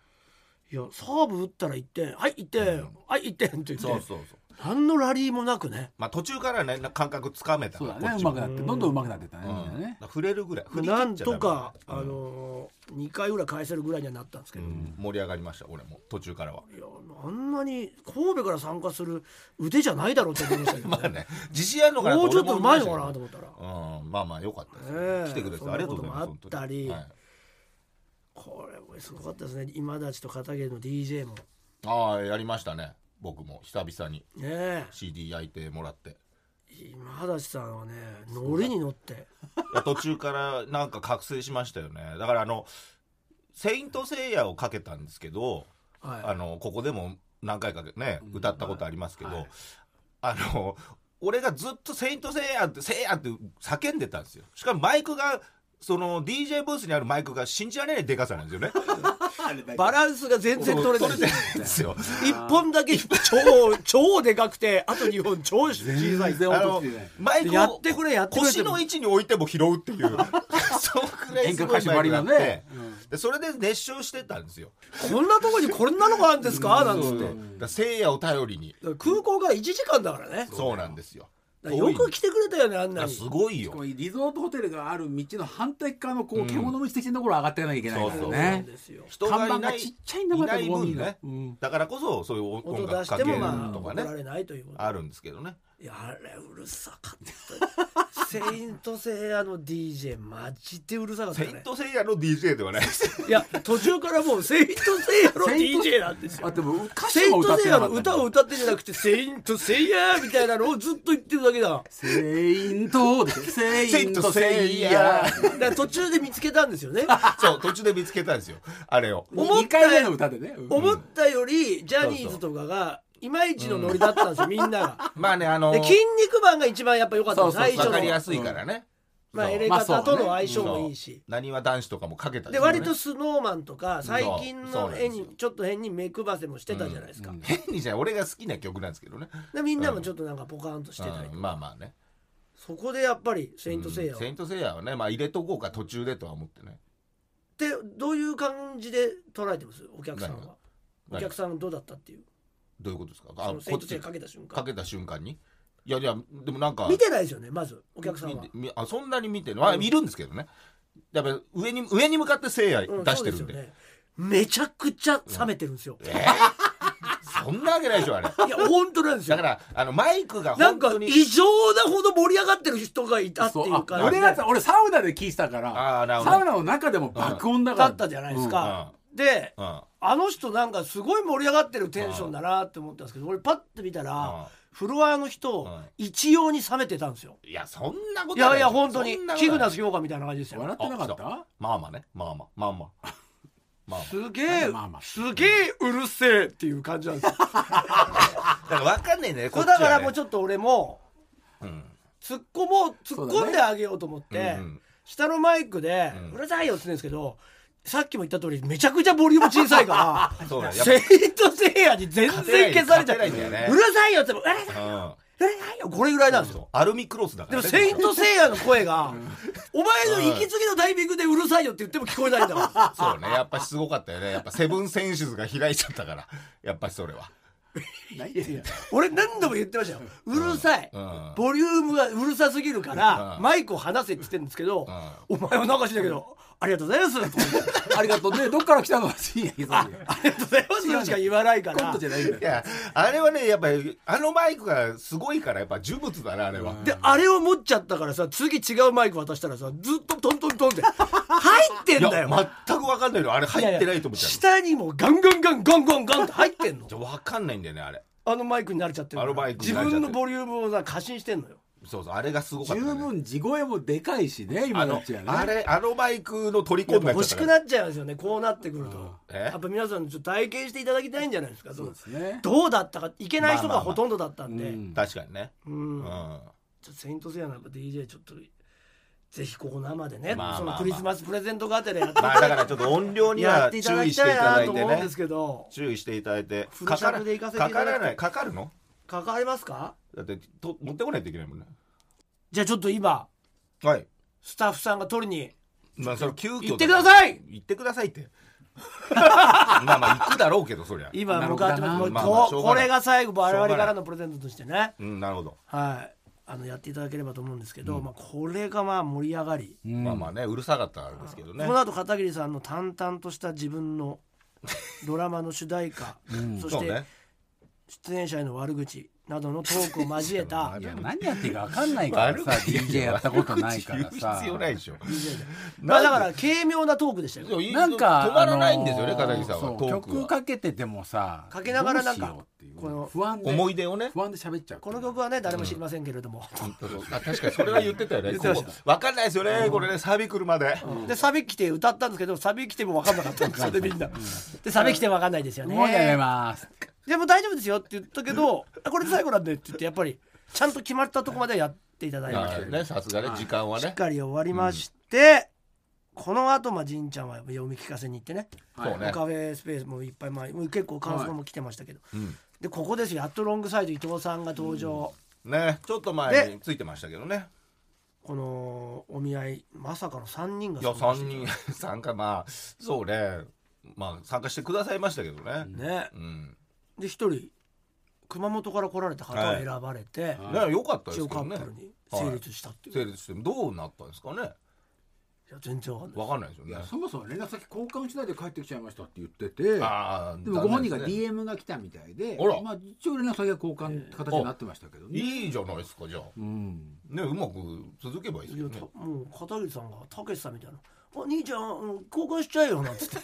Speaker 1: いやサーブ打ったら1点はい1点、
Speaker 2: うん
Speaker 1: はい1点って言って
Speaker 2: そうそう。
Speaker 1: 何のラリーもなくね
Speaker 2: まあ、途中からね、感覚つかめた
Speaker 3: そ
Speaker 2: か
Speaker 3: う
Speaker 2: ら、
Speaker 3: だね
Speaker 2: こっちも
Speaker 3: うまくなってどんどんうまくなってったね,、みん
Speaker 2: う
Speaker 3: なん
Speaker 2: だ
Speaker 3: ね
Speaker 2: から触れるぐらい。振り切っち
Speaker 1: な
Speaker 2: ゃダメ
Speaker 1: んとか、あ
Speaker 2: うん
Speaker 1: のー、2回ぐらい返せるぐらいにはなったんですけ
Speaker 2: う
Speaker 1: ど、
Speaker 2: ん盛り上がりました、俺も、途中からは。
Speaker 1: いやあんなに神戸から参加する腕じゃないだろうって思いましたけど、ね
Speaker 2: まあね、自信あるのかな
Speaker 1: もうちょっとう
Speaker 2: 俺思
Speaker 1: ま
Speaker 2: い
Speaker 1: い
Speaker 2: まし
Speaker 1: の
Speaker 2: た
Speaker 1: か
Speaker 2: けど
Speaker 1: なと思ったら、
Speaker 2: うん、まあまあ良かったです、
Speaker 1: ねえ
Speaker 2: 来てくれて
Speaker 1: そん
Speaker 2: あ
Speaker 1: な
Speaker 2: り
Speaker 1: こ
Speaker 2: がと
Speaker 1: と
Speaker 2: うござ
Speaker 1: も
Speaker 2: います
Speaker 1: あったり
Speaker 2: 本
Speaker 1: これもすごかったですね今立ちと片桐の DJ も
Speaker 2: 当にはいああやりましたね僕も久々に
Speaker 1: ねえ
Speaker 2: CD 焼いてもらって
Speaker 1: 今立さんはねノリに乗って
Speaker 2: いや途中からなんか覚醒しましたよねだからあの「セイント・セイヤ」をかけたんですけど
Speaker 1: はい
Speaker 2: あのここでも何回かね
Speaker 3: うん
Speaker 2: 歌ったことありますけど、
Speaker 3: はい
Speaker 2: あの俺がずっと「セイント・セイヤ」って「セイヤ」って叫んでたんですよしかもマイクがその DJ ブースにあるマイクが信じられないでかさなんですよね
Speaker 1: バランスが全然取れない
Speaker 2: 取れてないんですよ
Speaker 1: 一本だけ超超でかくてあと二本超小
Speaker 3: 全
Speaker 1: さい
Speaker 3: 然
Speaker 2: あ
Speaker 3: 音
Speaker 2: の
Speaker 3: ついてない
Speaker 2: マイクを
Speaker 1: やってくれやってくれ
Speaker 2: 腰の位置に置いても拾うっていうそのくらい
Speaker 3: 演
Speaker 2: す
Speaker 3: 歌
Speaker 2: ご
Speaker 3: 歌
Speaker 2: い
Speaker 3: 手ばり
Speaker 2: マ
Speaker 3: の
Speaker 2: イクがあって
Speaker 3: ね、
Speaker 2: でそれで熱唱してたんですよ
Speaker 1: こんなとこにこんなのがあるんですかなんつ
Speaker 2: そ
Speaker 1: っ
Speaker 2: うだ
Speaker 1: て
Speaker 2: から聖夜を頼りに
Speaker 1: 空港が1時間だからね
Speaker 2: そうなんですよ
Speaker 1: だからよく来てくれたよねあん
Speaker 2: だか
Speaker 1: な
Speaker 2: ら
Speaker 1: に
Speaker 2: すごい
Speaker 3: しかも
Speaker 2: よ
Speaker 3: リゾートホテルがある道の反対側のこう獣道的なところ上がっていかなきゃいけないから
Speaker 2: そう
Speaker 1: なん
Speaker 3: ね
Speaker 1: ですよ
Speaker 2: 人が
Speaker 3: 看板
Speaker 2: いな
Speaker 3: が
Speaker 2: い
Speaker 3: ちっちゃいんだから
Speaker 2: いない分ね
Speaker 3: うん
Speaker 2: だからこそそういう音
Speaker 1: 音
Speaker 2: 楽
Speaker 1: 出し
Speaker 2: か
Speaker 1: て
Speaker 2: ける
Speaker 1: もまあ
Speaker 2: と
Speaker 1: 怒
Speaker 2: からね
Speaker 1: れないということ
Speaker 2: あるんですけどね
Speaker 1: いやあれうるさかったセイントセイヤの DJ マジでうるさかった
Speaker 2: セイ
Speaker 1: ね
Speaker 2: ント聖夜の DJ ではないです
Speaker 1: いや途中からもうセイントセイヤの DJ なんですよ
Speaker 3: あでも歌
Speaker 1: セ
Speaker 3: 詞
Speaker 1: イ
Speaker 3: も
Speaker 1: ン
Speaker 3: 歌
Speaker 1: ト
Speaker 3: っ
Speaker 1: セ
Speaker 3: て
Speaker 1: イ
Speaker 3: な
Speaker 1: ヤ
Speaker 3: か
Speaker 1: の
Speaker 3: ったね
Speaker 1: 歌を歌ってんじゃなくてセイントセイヤみたいなのをずっと言ってるだけだ
Speaker 3: セイントセイントセイヤ
Speaker 1: だから途中で見つけたんですよね
Speaker 2: そう途中で見つけたんですよあれを
Speaker 1: 思
Speaker 3: 2
Speaker 1: った
Speaker 3: 回目の歌でねうん
Speaker 1: 思ったよりジャニーズとかがいまいちのノリだったんですよみんな が。
Speaker 2: まあねあの
Speaker 1: で筋肉マンが一番やっぱ良かったの
Speaker 3: そうそう
Speaker 1: 最初
Speaker 2: わかりや
Speaker 1: の、
Speaker 2: すいからね
Speaker 1: まあ、
Speaker 2: そう
Speaker 1: エレ
Speaker 3: まあ
Speaker 1: ガ
Speaker 3: そう
Speaker 1: タ
Speaker 3: ね
Speaker 1: との相性もいいし、
Speaker 2: なにわ男子とかもかけたん
Speaker 1: で
Speaker 2: よ
Speaker 1: 割とスノーマンとか最近
Speaker 2: そうそう
Speaker 1: の
Speaker 2: な
Speaker 1: 絵
Speaker 2: んですよ
Speaker 1: にちょっと変に目配せもしてたじゃないですか、
Speaker 3: うん
Speaker 2: 変にじゃない俺が好きな曲なんですけどね
Speaker 1: でみんなもちょっとなんかポカーンとしてたり、
Speaker 2: うんまあまあね
Speaker 1: そこでやっぱり「セイント・セイヤ」っ
Speaker 2: セイントセイヤはね、まあ、入れとこうか途中でとは思ってね
Speaker 1: てどういう感じで捉えてますお客さん
Speaker 2: 何
Speaker 1: は
Speaker 2: が
Speaker 1: お客さんどうだったっていう
Speaker 2: どういうことですか
Speaker 1: そ
Speaker 2: あ
Speaker 1: の「セイ
Speaker 2: こ
Speaker 1: ン
Speaker 2: っ
Speaker 1: ト・セイヤ」
Speaker 2: ち
Speaker 1: かけた瞬
Speaker 2: か
Speaker 1: 間
Speaker 2: けた瞬間にいやいやでもなんか
Speaker 1: 見てないですよねまずお客さんは
Speaker 2: 見てみあそんなに見てる、まあ、見るんですけどねやっぱ上に上に向かってせいや出
Speaker 1: うん
Speaker 2: してる
Speaker 1: そ
Speaker 2: んで,、
Speaker 1: うすよねめちゃくちゃ冷めてるんですよ、
Speaker 2: そんなわけないでしょあれ
Speaker 1: いや本当なんですよ
Speaker 2: だからあのマイクが
Speaker 1: なん
Speaker 2: 本
Speaker 1: か
Speaker 2: 当に
Speaker 1: 異常なほど盛り上がってる人がいたって
Speaker 3: そ
Speaker 1: いうう
Speaker 3: あ
Speaker 1: 感じ
Speaker 3: 俺
Speaker 1: で
Speaker 3: がさ俺サウナで聞いてたから
Speaker 2: あーなるほど
Speaker 3: サウナの中でも爆音だから
Speaker 1: だったじゃないですか、
Speaker 2: うん
Speaker 1: で、
Speaker 2: うん
Speaker 1: あの人なんかすごい盛り上がってるテンションだなって思ったんですけど俺パッと見たらフロアの人
Speaker 2: うん
Speaker 1: 一様に冷めてたんですよ
Speaker 2: いやそんなこと
Speaker 1: いやいや本当に
Speaker 2: そんなこと
Speaker 1: キグナス評価みたいな感じですよ
Speaker 3: 笑ってなかっ
Speaker 2: あ来
Speaker 3: た
Speaker 2: まあまあねまあまあまあまあまあます
Speaker 1: げえ
Speaker 3: まあまあ
Speaker 1: すげえうるせえっていう感じなんですよ
Speaker 2: あだから分かんねえね
Speaker 1: こ
Speaker 2: こっ
Speaker 1: れ
Speaker 2: ち
Speaker 1: だ
Speaker 2: はね
Speaker 1: からもうちょっと俺も
Speaker 2: うん
Speaker 1: 突っ込もう突っ込んであげようと思っ
Speaker 2: そうだ
Speaker 1: て
Speaker 2: ねうん
Speaker 1: 下のマイクで
Speaker 2: うん
Speaker 1: 「うるさいよ」って言うんですけどさっきも言った通りめちゃくちゃボリューム小さいから
Speaker 2: そうだねやっぱ
Speaker 1: セイントセイヤに全然消されちゃっ
Speaker 2: 勝てないんだよね
Speaker 1: て「うるさいよ」って言っても「うるさいよ
Speaker 2: うん
Speaker 1: えないよこれぐらいなんですよ
Speaker 2: アルミクロスだか
Speaker 1: で
Speaker 2: ら
Speaker 1: も「
Speaker 2: ね
Speaker 1: セイント・セイヤ」の声がお前の息継ぎのタイミングでうるさいよって言っても聞こえないんだか
Speaker 2: そうねやっぱすごかったよねやっぱセブン選手が開いちゃったからやっぱそれは
Speaker 3: ないですよ
Speaker 1: ら俺何度も言ってましたよ「うるさい
Speaker 2: うん」
Speaker 1: ボリュームがうるさすぎるから
Speaker 2: うん
Speaker 1: マイクを離せって言ってるんですけど「お前はなんかしないけどありがとうございます」とか言って
Speaker 3: ありがとうねどっから来たの深夜にそういう
Speaker 1: ありがとうございますしか言わないか
Speaker 3: コン
Speaker 1: ら
Speaker 3: トじゃないんだ
Speaker 2: い
Speaker 3: よ
Speaker 2: やあれはねやっぱりあのマイクがすごいからやっぱ呪物だなあれは
Speaker 1: であれを持っちゃったからさ次違うマイク渡したらさずっとトントントンって入ってん
Speaker 2: いや
Speaker 1: だよ
Speaker 2: 全く分かんないのあれ入ってないと思っちゃう
Speaker 1: 下にもガンガンガンガンガンガンって入ってんの
Speaker 2: じゃ分かんないんだよねあれ
Speaker 1: あのマイクに慣れちゃってるから
Speaker 2: あのマイクに慣
Speaker 1: 自
Speaker 2: れちゃってる
Speaker 1: 分のボリュームをさ過信してんのよ
Speaker 2: そうそうあれがすごかっ
Speaker 3: 十
Speaker 2: たね
Speaker 3: 分地声もでかいしね
Speaker 2: あ
Speaker 3: 今の
Speaker 2: の
Speaker 3: っちはね
Speaker 2: あれあのマイクの取り込んだ
Speaker 1: 欲しくなっちゃうんですよねこうなってくると
Speaker 2: え
Speaker 1: やっぱ皆さんちょっと体験していただきたいんじゃないですか
Speaker 3: そうですね
Speaker 1: どうだったかいけない人が
Speaker 2: まあまあま
Speaker 1: ほ
Speaker 2: あ
Speaker 1: とんどだったんで、
Speaker 3: うん
Speaker 2: 確かにね
Speaker 1: うん
Speaker 2: うん
Speaker 1: ちょっとセイントセイヤのやっぱ DJ ちょっとぜひここ生でね、
Speaker 2: まあまあまあ
Speaker 1: そのクリスマスプレゼントがてらやって,、
Speaker 2: まあだからちょっと音量に
Speaker 1: やっ
Speaker 2: は
Speaker 1: て
Speaker 2: 注
Speaker 1: いただ
Speaker 2: 意
Speaker 1: き
Speaker 2: してい
Speaker 1: たい
Speaker 2: ただ
Speaker 1: ないと
Speaker 2: て
Speaker 1: 思うん
Speaker 2: ね
Speaker 1: ですけど
Speaker 2: 注意していただいて
Speaker 1: フル尺で行かせていただ
Speaker 2: か
Speaker 1: きた
Speaker 2: か
Speaker 1: い
Speaker 2: らないかかるの
Speaker 1: かかりますか
Speaker 2: だってと持ってこないといけないもんね
Speaker 1: じゃあちょっと今
Speaker 2: はい
Speaker 1: スタッフさんが取りに
Speaker 2: まあそれ急遽
Speaker 1: 行ってください
Speaker 2: 行ってくださいって まあまあ行くだろうけどそりゃ
Speaker 1: 今向かってますもう
Speaker 2: なるほどなまあまあし
Speaker 1: こ
Speaker 2: ょうが
Speaker 1: こ
Speaker 2: ない
Speaker 1: れが最後我
Speaker 2: しょう
Speaker 1: 々
Speaker 2: がない
Speaker 1: からのプレゼントとしてね
Speaker 2: うんなるほど、
Speaker 1: はいあのやっていただければと思うんですけど、まあ、これがまあ盛り上がり、
Speaker 2: まあまあねうるさかったんですけどね
Speaker 1: この後片桐さんの淡々とした自分 のドラマの主題歌、そし
Speaker 2: そう
Speaker 1: て
Speaker 2: ね
Speaker 1: 出演者への悪口などのトークを交えた
Speaker 2: い
Speaker 3: い
Speaker 2: や
Speaker 3: や何やっていいか分かんないからさ DJ やったことないから
Speaker 2: 言う
Speaker 3: さ
Speaker 2: 必要ないでしょ
Speaker 1: まあだから軽妙なトークでしたよ
Speaker 2: そういい
Speaker 3: なんか
Speaker 2: 止まらないんですよね
Speaker 3: あの
Speaker 2: 片
Speaker 3: ー
Speaker 2: 桐さんは
Speaker 3: そう
Speaker 2: トーク
Speaker 3: 曲
Speaker 2: は
Speaker 3: かけててもさ
Speaker 1: かけながらなんか
Speaker 3: どうしようっていう
Speaker 1: この
Speaker 3: 不安で
Speaker 2: 思い出をね
Speaker 3: 不安で喋っちゃう
Speaker 1: この曲はね誰も知りませんけれども、
Speaker 2: あ確かにそれは言ってたよね
Speaker 1: 言ってま
Speaker 2: こ
Speaker 1: した
Speaker 2: こわかんないですよねこれねサビ来るまで
Speaker 1: でサビ来て歌ったんですけどサビ来ても分かんなかったんですよねみんなでサビ来ても分かんないですよね
Speaker 3: もうやめます
Speaker 1: でも大丈夫ですよって言ったけどあこれで最後なんでって言ってやっぱりちゃんと決まったとこまでやっていただい
Speaker 2: ま
Speaker 1: て
Speaker 2: あねさすがね時間は
Speaker 1: しっ
Speaker 2: ね
Speaker 1: かり終わりまして、この後まあじんちゃんは読み聞かせに行ってね
Speaker 2: そうね
Speaker 1: カフェスペースもいっぱい前もう結構感想も来てましたけど、
Speaker 2: ん
Speaker 1: でここですよやっとロングサイド伊藤さんが登場、
Speaker 2: ねちょっと前についてましたけどね
Speaker 1: このお見合いまさかの3人が
Speaker 2: いや
Speaker 1: 参加して
Speaker 2: 3人参加まあそうねまあ参加してくださいましたけどね
Speaker 1: ね
Speaker 2: うん
Speaker 1: で1人熊本から来られた方を選ばれて、
Speaker 2: ねよかったで
Speaker 1: 一
Speaker 2: す
Speaker 1: 応
Speaker 2: け
Speaker 1: カッ
Speaker 2: どね
Speaker 1: プルに成立したっていう、
Speaker 2: 成立してどうなったんですかね
Speaker 1: いや全然わかんない
Speaker 2: わかんないですよ
Speaker 3: い
Speaker 2: ね
Speaker 3: やそもそも連絡先交換しないで帰ってきちゃいましたって言ってて
Speaker 2: あー
Speaker 3: でもご本人が
Speaker 2: 残念ですね
Speaker 3: DM が来たみたいで、
Speaker 2: あら
Speaker 3: まあ、一応連絡先は交換って形になってましたけどね、
Speaker 2: いいじゃないですかじゃあ
Speaker 3: うん、
Speaker 2: ねうまく続けばいいです
Speaker 1: いや
Speaker 2: よ
Speaker 1: た
Speaker 2: ね
Speaker 1: もう片桐さんがたけしさんみたいな「お兄ちゃんうん交換しちゃえよ」なんつって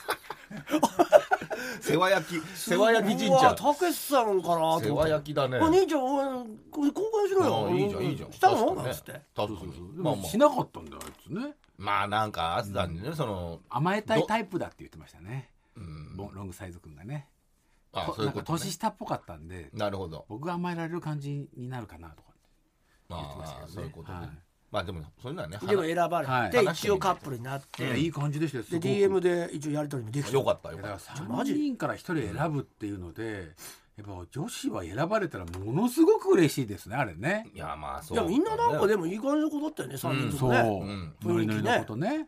Speaker 2: 世話焼き 世話焼き
Speaker 1: う
Speaker 2: 神
Speaker 1: わ
Speaker 2: 社
Speaker 1: たけしさんかなと
Speaker 2: 世
Speaker 1: 思っ
Speaker 2: 話
Speaker 1: て
Speaker 2: 焼きだね
Speaker 1: お兄ちゃんうんこれ交換しろよ
Speaker 2: ああいいじゃんいいじゃん
Speaker 1: したの?」
Speaker 2: 確
Speaker 1: な
Speaker 2: かに
Speaker 1: ん
Speaker 2: ね
Speaker 1: つって
Speaker 2: 確
Speaker 3: そ
Speaker 2: か
Speaker 3: うそうそう
Speaker 2: に
Speaker 3: で
Speaker 2: まあ
Speaker 3: も
Speaker 2: まあ
Speaker 3: しなかったんだよあいつね
Speaker 2: まあなんかあったんでねその
Speaker 3: 甘えたいタイプだって言ってました
Speaker 2: う
Speaker 3: ね、
Speaker 2: ん
Speaker 3: ボンロングサイズ君がね
Speaker 2: あ
Speaker 3: と
Speaker 2: そういうこと
Speaker 3: な
Speaker 2: ね
Speaker 3: んか年下っぽかったんで
Speaker 2: なるほど
Speaker 3: 僕が甘えられる感じになるかなとか言ってました
Speaker 2: ま
Speaker 3: け
Speaker 2: あ
Speaker 3: どね
Speaker 2: そういうことね
Speaker 3: はい
Speaker 2: まあでもそういうのはね
Speaker 1: でも選ば
Speaker 3: は
Speaker 1: れ
Speaker 3: い
Speaker 1: て、
Speaker 2: 話して
Speaker 1: 一応カップルになって、
Speaker 3: いやいい感じでしたよす
Speaker 1: で
Speaker 3: ごく
Speaker 1: DM で一応やり取りもでき
Speaker 2: 話
Speaker 1: て
Speaker 2: よかったよ
Speaker 3: いやだ
Speaker 2: か
Speaker 3: か
Speaker 2: っ
Speaker 3: ら
Speaker 2: た
Speaker 1: マ
Speaker 3: 3
Speaker 1: ジ
Speaker 3: 人から1人選ぶっていうのでやっぱ女子は選ばれたらものすごく嬉しいですねあれね
Speaker 2: いやまあそう
Speaker 1: いやみんななんかで
Speaker 2: も
Speaker 1: もいい感じの子だったよね3人と
Speaker 3: そう、
Speaker 1: もね、
Speaker 2: ん
Speaker 3: ノリノリのことね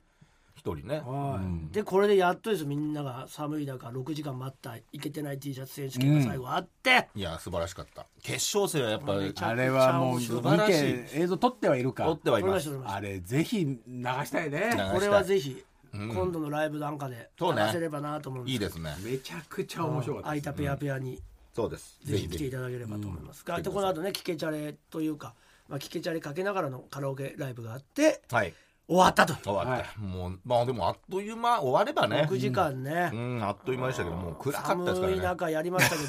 Speaker 2: 一人ね
Speaker 1: はい
Speaker 3: うん
Speaker 1: でこれでやっとですよみんなが寒い中6時間待ったいけてない T シャツ選手権が最後あって、
Speaker 2: いや素晴らしかった決勝戦はやっぱり
Speaker 1: うん
Speaker 3: あれはもう見
Speaker 1: 素
Speaker 2: 晴らしい
Speaker 3: て映像撮ってはいるか
Speaker 2: 取ってはい
Speaker 1: これ
Speaker 2: ま
Speaker 1: は
Speaker 2: す
Speaker 1: それは
Speaker 3: あれぜひ流したいね
Speaker 1: これはぜひ今度のライブなんかで
Speaker 2: そうね
Speaker 1: 話せればなと思うん
Speaker 2: い
Speaker 1: で
Speaker 2: い
Speaker 1: すけ
Speaker 2: ですね
Speaker 3: めちゃくちゃ面
Speaker 1: ど
Speaker 3: 白かった
Speaker 1: 空いたペアペアに
Speaker 2: そうです
Speaker 1: ぜひ来ていただければと思いますが、でこの後ね「キケチャレ」というか、まあ、キケチャレかけながらのカラオケライブがあって
Speaker 2: はい
Speaker 1: 終わったと
Speaker 2: 終わった、
Speaker 3: はい
Speaker 2: もうまあでもあっという間終わればね
Speaker 1: 6時間ね、
Speaker 2: うんあっという間でしたけどもう暗かったですか
Speaker 1: 寒い
Speaker 2: らね
Speaker 1: 中やりましたけ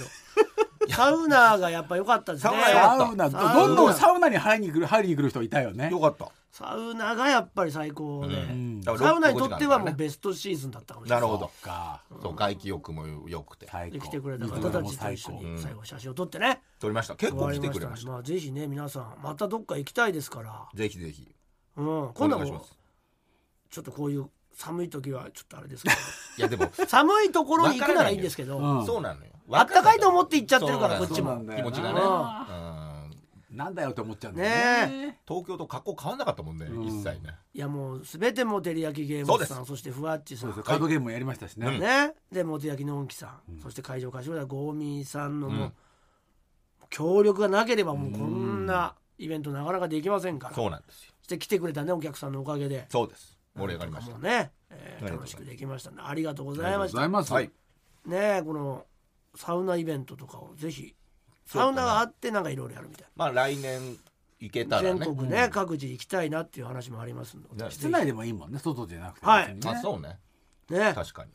Speaker 1: どサウナがやっぱ良かったですね
Speaker 2: サウナ良かった
Speaker 1: サ
Speaker 3: サウナ
Speaker 1: ウナ
Speaker 3: どんどんサウナに入りに来る入りに来る人いたよね
Speaker 2: よかった
Speaker 1: サウナがやっぱり最高で、
Speaker 3: ん
Speaker 2: だから
Speaker 1: サウナにとってはもう
Speaker 2: 6
Speaker 1: ベストシーズンだったかもしれ
Speaker 2: な
Speaker 1: ない
Speaker 2: るほど
Speaker 3: か
Speaker 2: そう外気浴も良くて
Speaker 3: 最
Speaker 1: で
Speaker 3: 高
Speaker 1: 来てくれた方たちと一緒
Speaker 3: うん
Speaker 1: に最後写真を撮ってね
Speaker 2: 撮りました結構来てくれま
Speaker 1: 終
Speaker 2: した
Speaker 1: わりましたねまあぜひね皆さんまたどっか行きたいですから、
Speaker 2: ぜひぜひ
Speaker 1: うん、
Speaker 2: お
Speaker 1: 今度は
Speaker 2: 願いし
Speaker 1: もう
Speaker 2: ます
Speaker 1: ちょっとこういう寒い時はちょっとあれですけど
Speaker 2: い やでも
Speaker 1: 寒いところに行くならいいんですけど、
Speaker 3: うん
Speaker 2: そうなのよ
Speaker 1: あったかいと思って行っちゃってるから
Speaker 2: そう
Speaker 1: こっち
Speaker 3: そうな
Speaker 1: も
Speaker 3: んだ
Speaker 2: 気
Speaker 3: よ
Speaker 2: 持
Speaker 3: な
Speaker 2: ちがねうん
Speaker 3: なんだよって思っちゃうんだよね
Speaker 1: ね
Speaker 2: 東京と格好変わんなかったもんね
Speaker 3: うん
Speaker 2: 一切ね
Speaker 1: いやもう全てもてり焼きゲームズさんそしてふわっちさ
Speaker 3: そうです
Speaker 1: ん
Speaker 3: よカードゲームもやりましたし ね、
Speaker 1: ねでもて焼きのんきさん、そして会場柏田豪民さんのもう、協力がなければもうこんなイベントなかなかできませんから
Speaker 2: そうなんですよ
Speaker 1: そして来てくれたねお客さんのおかげで
Speaker 2: そうです盛り上がりました
Speaker 1: もうね、えー
Speaker 2: あり
Speaker 1: 楽
Speaker 2: がとうございます
Speaker 1: しくできましたねありがとうご
Speaker 3: あ
Speaker 1: ざ
Speaker 3: り
Speaker 1: いま
Speaker 3: がとう
Speaker 1: し
Speaker 3: ござ
Speaker 1: た
Speaker 3: います、
Speaker 2: はい
Speaker 1: ねこのサウナイベントとかをぜひサウナがあってなんかいろいろやるみたい
Speaker 2: まあ来年行け
Speaker 1: な
Speaker 2: たら
Speaker 1: 全
Speaker 2: ね
Speaker 1: 国ね各地行きたいなっていう話もありますので
Speaker 2: ね
Speaker 3: 室内でもいいもんね外じゃなくて
Speaker 1: はい
Speaker 3: 別にね
Speaker 2: あそうね
Speaker 1: ね
Speaker 2: 確かに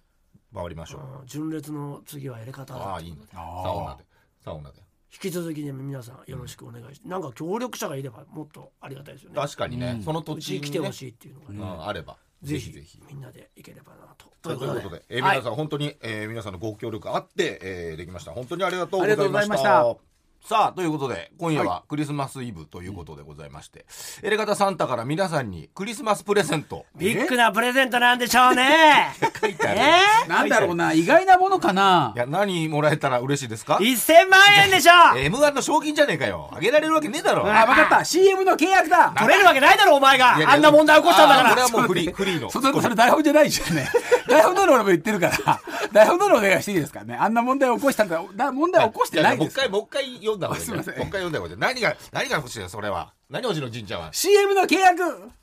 Speaker 2: 回りましょう
Speaker 1: うん純烈の次はやり方だ
Speaker 2: ああ
Speaker 1: と
Speaker 2: いいねサ
Speaker 3: あー
Speaker 2: ウナでサウナで
Speaker 1: 引き続きね皆さんよろしくお願いして、なんか協力者がいればもっとありがたいですよね
Speaker 2: 確かにねその土
Speaker 1: うち
Speaker 2: 地
Speaker 1: に
Speaker 2: に
Speaker 1: 来てほ
Speaker 2: ね
Speaker 1: しいっていうのが
Speaker 2: う
Speaker 1: ね、
Speaker 2: んあればぜ
Speaker 1: ぜ
Speaker 2: ひ
Speaker 1: ひ
Speaker 2: ぜひ
Speaker 1: みんなで行ければなと
Speaker 2: ということで、えー
Speaker 1: はい
Speaker 2: 皆さん本当に、えー皆さんのご協力あって、えーできました本当にありがとうござ
Speaker 3: あり
Speaker 2: い
Speaker 3: がとうご
Speaker 2: ま
Speaker 3: ざ
Speaker 2: し
Speaker 3: い
Speaker 2: た
Speaker 3: ました
Speaker 2: さあということで今夜はクリスマスイブということでございまして、エレガタサンタから皆さんにクリスマスプレゼント
Speaker 1: ビッグなプレゼントなんでしょうね
Speaker 2: 書いてある、
Speaker 1: え
Speaker 3: なんだろうな意外なものかない
Speaker 2: や何もらえたら嬉しいです
Speaker 1: ー、
Speaker 2: か
Speaker 1: 1000万円でしょ
Speaker 2: m 1の賞金じゃねえかよあげられるわけねえだろ
Speaker 3: あ分かった CM の契約だ
Speaker 1: 取れるわけないだろお前
Speaker 2: いやい
Speaker 1: が
Speaker 2: や
Speaker 1: あんな問題起こしたんだか
Speaker 2: あこれ
Speaker 1: ら
Speaker 2: はもうフリーフリーの
Speaker 3: それそれ台本じゃない じゃんね台本通り俺も言ってるから台本通りお願いしていいですかねあんな問題を起こしたんだだ問題を起こして
Speaker 2: や
Speaker 3: ない
Speaker 2: やもう
Speaker 3: で
Speaker 2: 一
Speaker 3: すよ
Speaker 2: 回もう一回読んだ方がいいね
Speaker 3: すい
Speaker 2: もう一
Speaker 3: ません
Speaker 2: 回読んだ方がいい何が何が欲しいよそれは何おじの神社 は
Speaker 3: CM の契約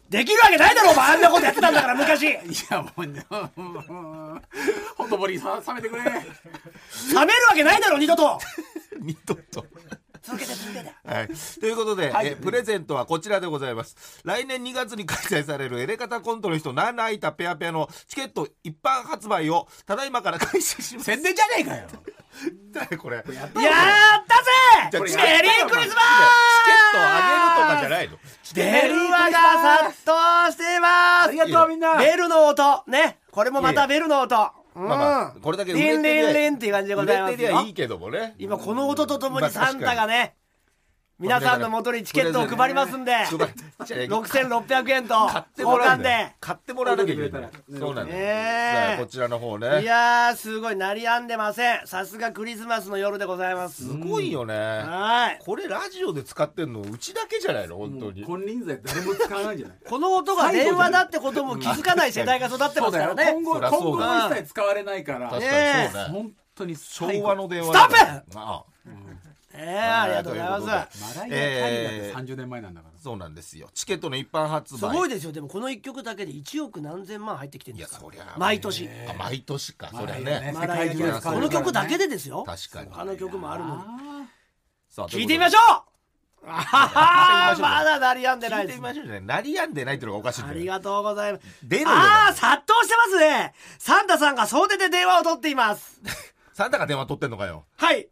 Speaker 1: できるわけないだろお前あんなことやってたんだから昔冷める
Speaker 3: いやもうね ほとぼりさ冷めてくれ
Speaker 1: わけないだろ二度と
Speaker 2: 二度と
Speaker 1: 続けて続けて
Speaker 2: はい、ということで、
Speaker 3: はい
Speaker 2: えープレゼントはこちらでございます来年2月に開催されるエレカタコントの人ナナイタペアペアのチケット一般発売をただいまから開始します
Speaker 3: 宣伝じゃねえかよ
Speaker 2: 誰これチケットを
Speaker 1: やったぜ
Speaker 2: じゃあ
Speaker 1: メリークリスマ
Speaker 2: あげるとかじゃないの
Speaker 1: スベルはが殺到してます
Speaker 3: ありがとうみんな
Speaker 1: ベルの音ねこれもま
Speaker 2: いやい
Speaker 1: た
Speaker 2: や
Speaker 1: ベルの音うん
Speaker 2: まあまあこれだけ売れ
Speaker 1: リ
Speaker 2: て
Speaker 1: ン
Speaker 2: り
Speaker 1: リ
Speaker 2: ゃ
Speaker 1: ンリンっていう感じでご
Speaker 2: 売
Speaker 1: ざいま
Speaker 2: れ
Speaker 1: す
Speaker 2: てりゃいい
Speaker 1: よ
Speaker 2: けどもね
Speaker 1: 今この音とともに
Speaker 2: まあ
Speaker 1: サンタがね皆さんの元にチケットを配りますんで
Speaker 2: 確かに配 る
Speaker 1: 6600円と
Speaker 2: 買って
Speaker 1: 交
Speaker 2: もらわ
Speaker 1: 換
Speaker 2: んだよ
Speaker 1: で
Speaker 2: 買ってもらわなきゃいけないそうなんだよ
Speaker 1: ね
Speaker 2: じゃあこちらの方
Speaker 1: い
Speaker 2: ね
Speaker 1: やーすごい鳴りやんでませんさすがクリスマスの夜でございます
Speaker 2: すごいよね
Speaker 1: はい
Speaker 2: これラジオで使ってんのうちだけじゃないの本当に
Speaker 3: 金輪際誰も使わないんじゃない
Speaker 1: この音が電話だってことも気づかない世代が育って
Speaker 3: そ
Speaker 1: ま
Speaker 3: う
Speaker 1: す
Speaker 3: だ
Speaker 1: から
Speaker 3: よ
Speaker 1: ね
Speaker 3: 今後
Speaker 2: そりゃ
Speaker 3: 今
Speaker 2: そう
Speaker 3: 後
Speaker 2: だ
Speaker 3: も一切使われないか
Speaker 2: 確
Speaker 3: ら
Speaker 2: かに
Speaker 1: ね
Speaker 2: そうね
Speaker 3: 本当に最
Speaker 2: 昭
Speaker 3: 後
Speaker 2: 和の電
Speaker 1: ス
Speaker 2: 話
Speaker 1: トッ
Speaker 2: プああ
Speaker 1: えー、ありがとうござい
Speaker 2: というこ
Speaker 1: ま
Speaker 2: と
Speaker 1: す
Speaker 2: で
Speaker 3: マライア・キャリーだって30年前なんだから、
Speaker 2: そうなんですよチケットの一般発売
Speaker 1: すごいですよでもこの1曲だけで1億何千万入ってきてるん
Speaker 2: い
Speaker 1: で
Speaker 2: や
Speaker 1: すか
Speaker 2: そり
Speaker 1: ら
Speaker 2: ゃ
Speaker 1: 毎年
Speaker 2: あ毎年かそりゃ
Speaker 3: マライア
Speaker 2: ね
Speaker 3: ね
Speaker 1: マライアキャリー
Speaker 2: 世界中で使わ
Speaker 1: この
Speaker 2: れるからね
Speaker 1: 曲だけでですよ
Speaker 2: 確かに
Speaker 1: 他の曲もあるのに
Speaker 2: さあ
Speaker 1: 聞いてみまし
Speaker 2: ょ
Speaker 1: ょうあはは
Speaker 2: 聞いてみましょう
Speaker 1: まだ鳴りやんでな
Speaker 2: 聞
Speaker 1: い
Speaker 2: い
Speaker 1: で
Speaker 2: て
Speaker 1: す
Speaker 2: みましょうね鳴りやんでないっていうのがおかしいん
Speaker 1: あ
Speaker 2: だ
Speaker 1: り
Speaker 2: よ
Speaker 1: がとうございます
Speaker 2: 出るよ
Speaker 1: ああ殺到してますねサンタさんが総出で電話を取っています
Speaker 2: サンタが電話取ってんのかよ
Speaker 1: はい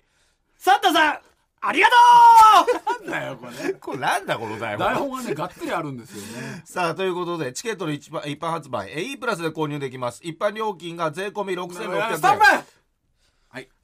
Speaker 1: サンタさんありがとう
Speaker 3: なんだよこれ
Speaker 2: これなんだこの台
Speaker 3: 台
Speaker 2: 本
Speaker 3: 本がねがっつりあるんですよね
Speaker 2: さあということでチケットの一般一般発売 AE プラスで購入できます一般料金が税込み6600円
Speaker 3: スタンバイ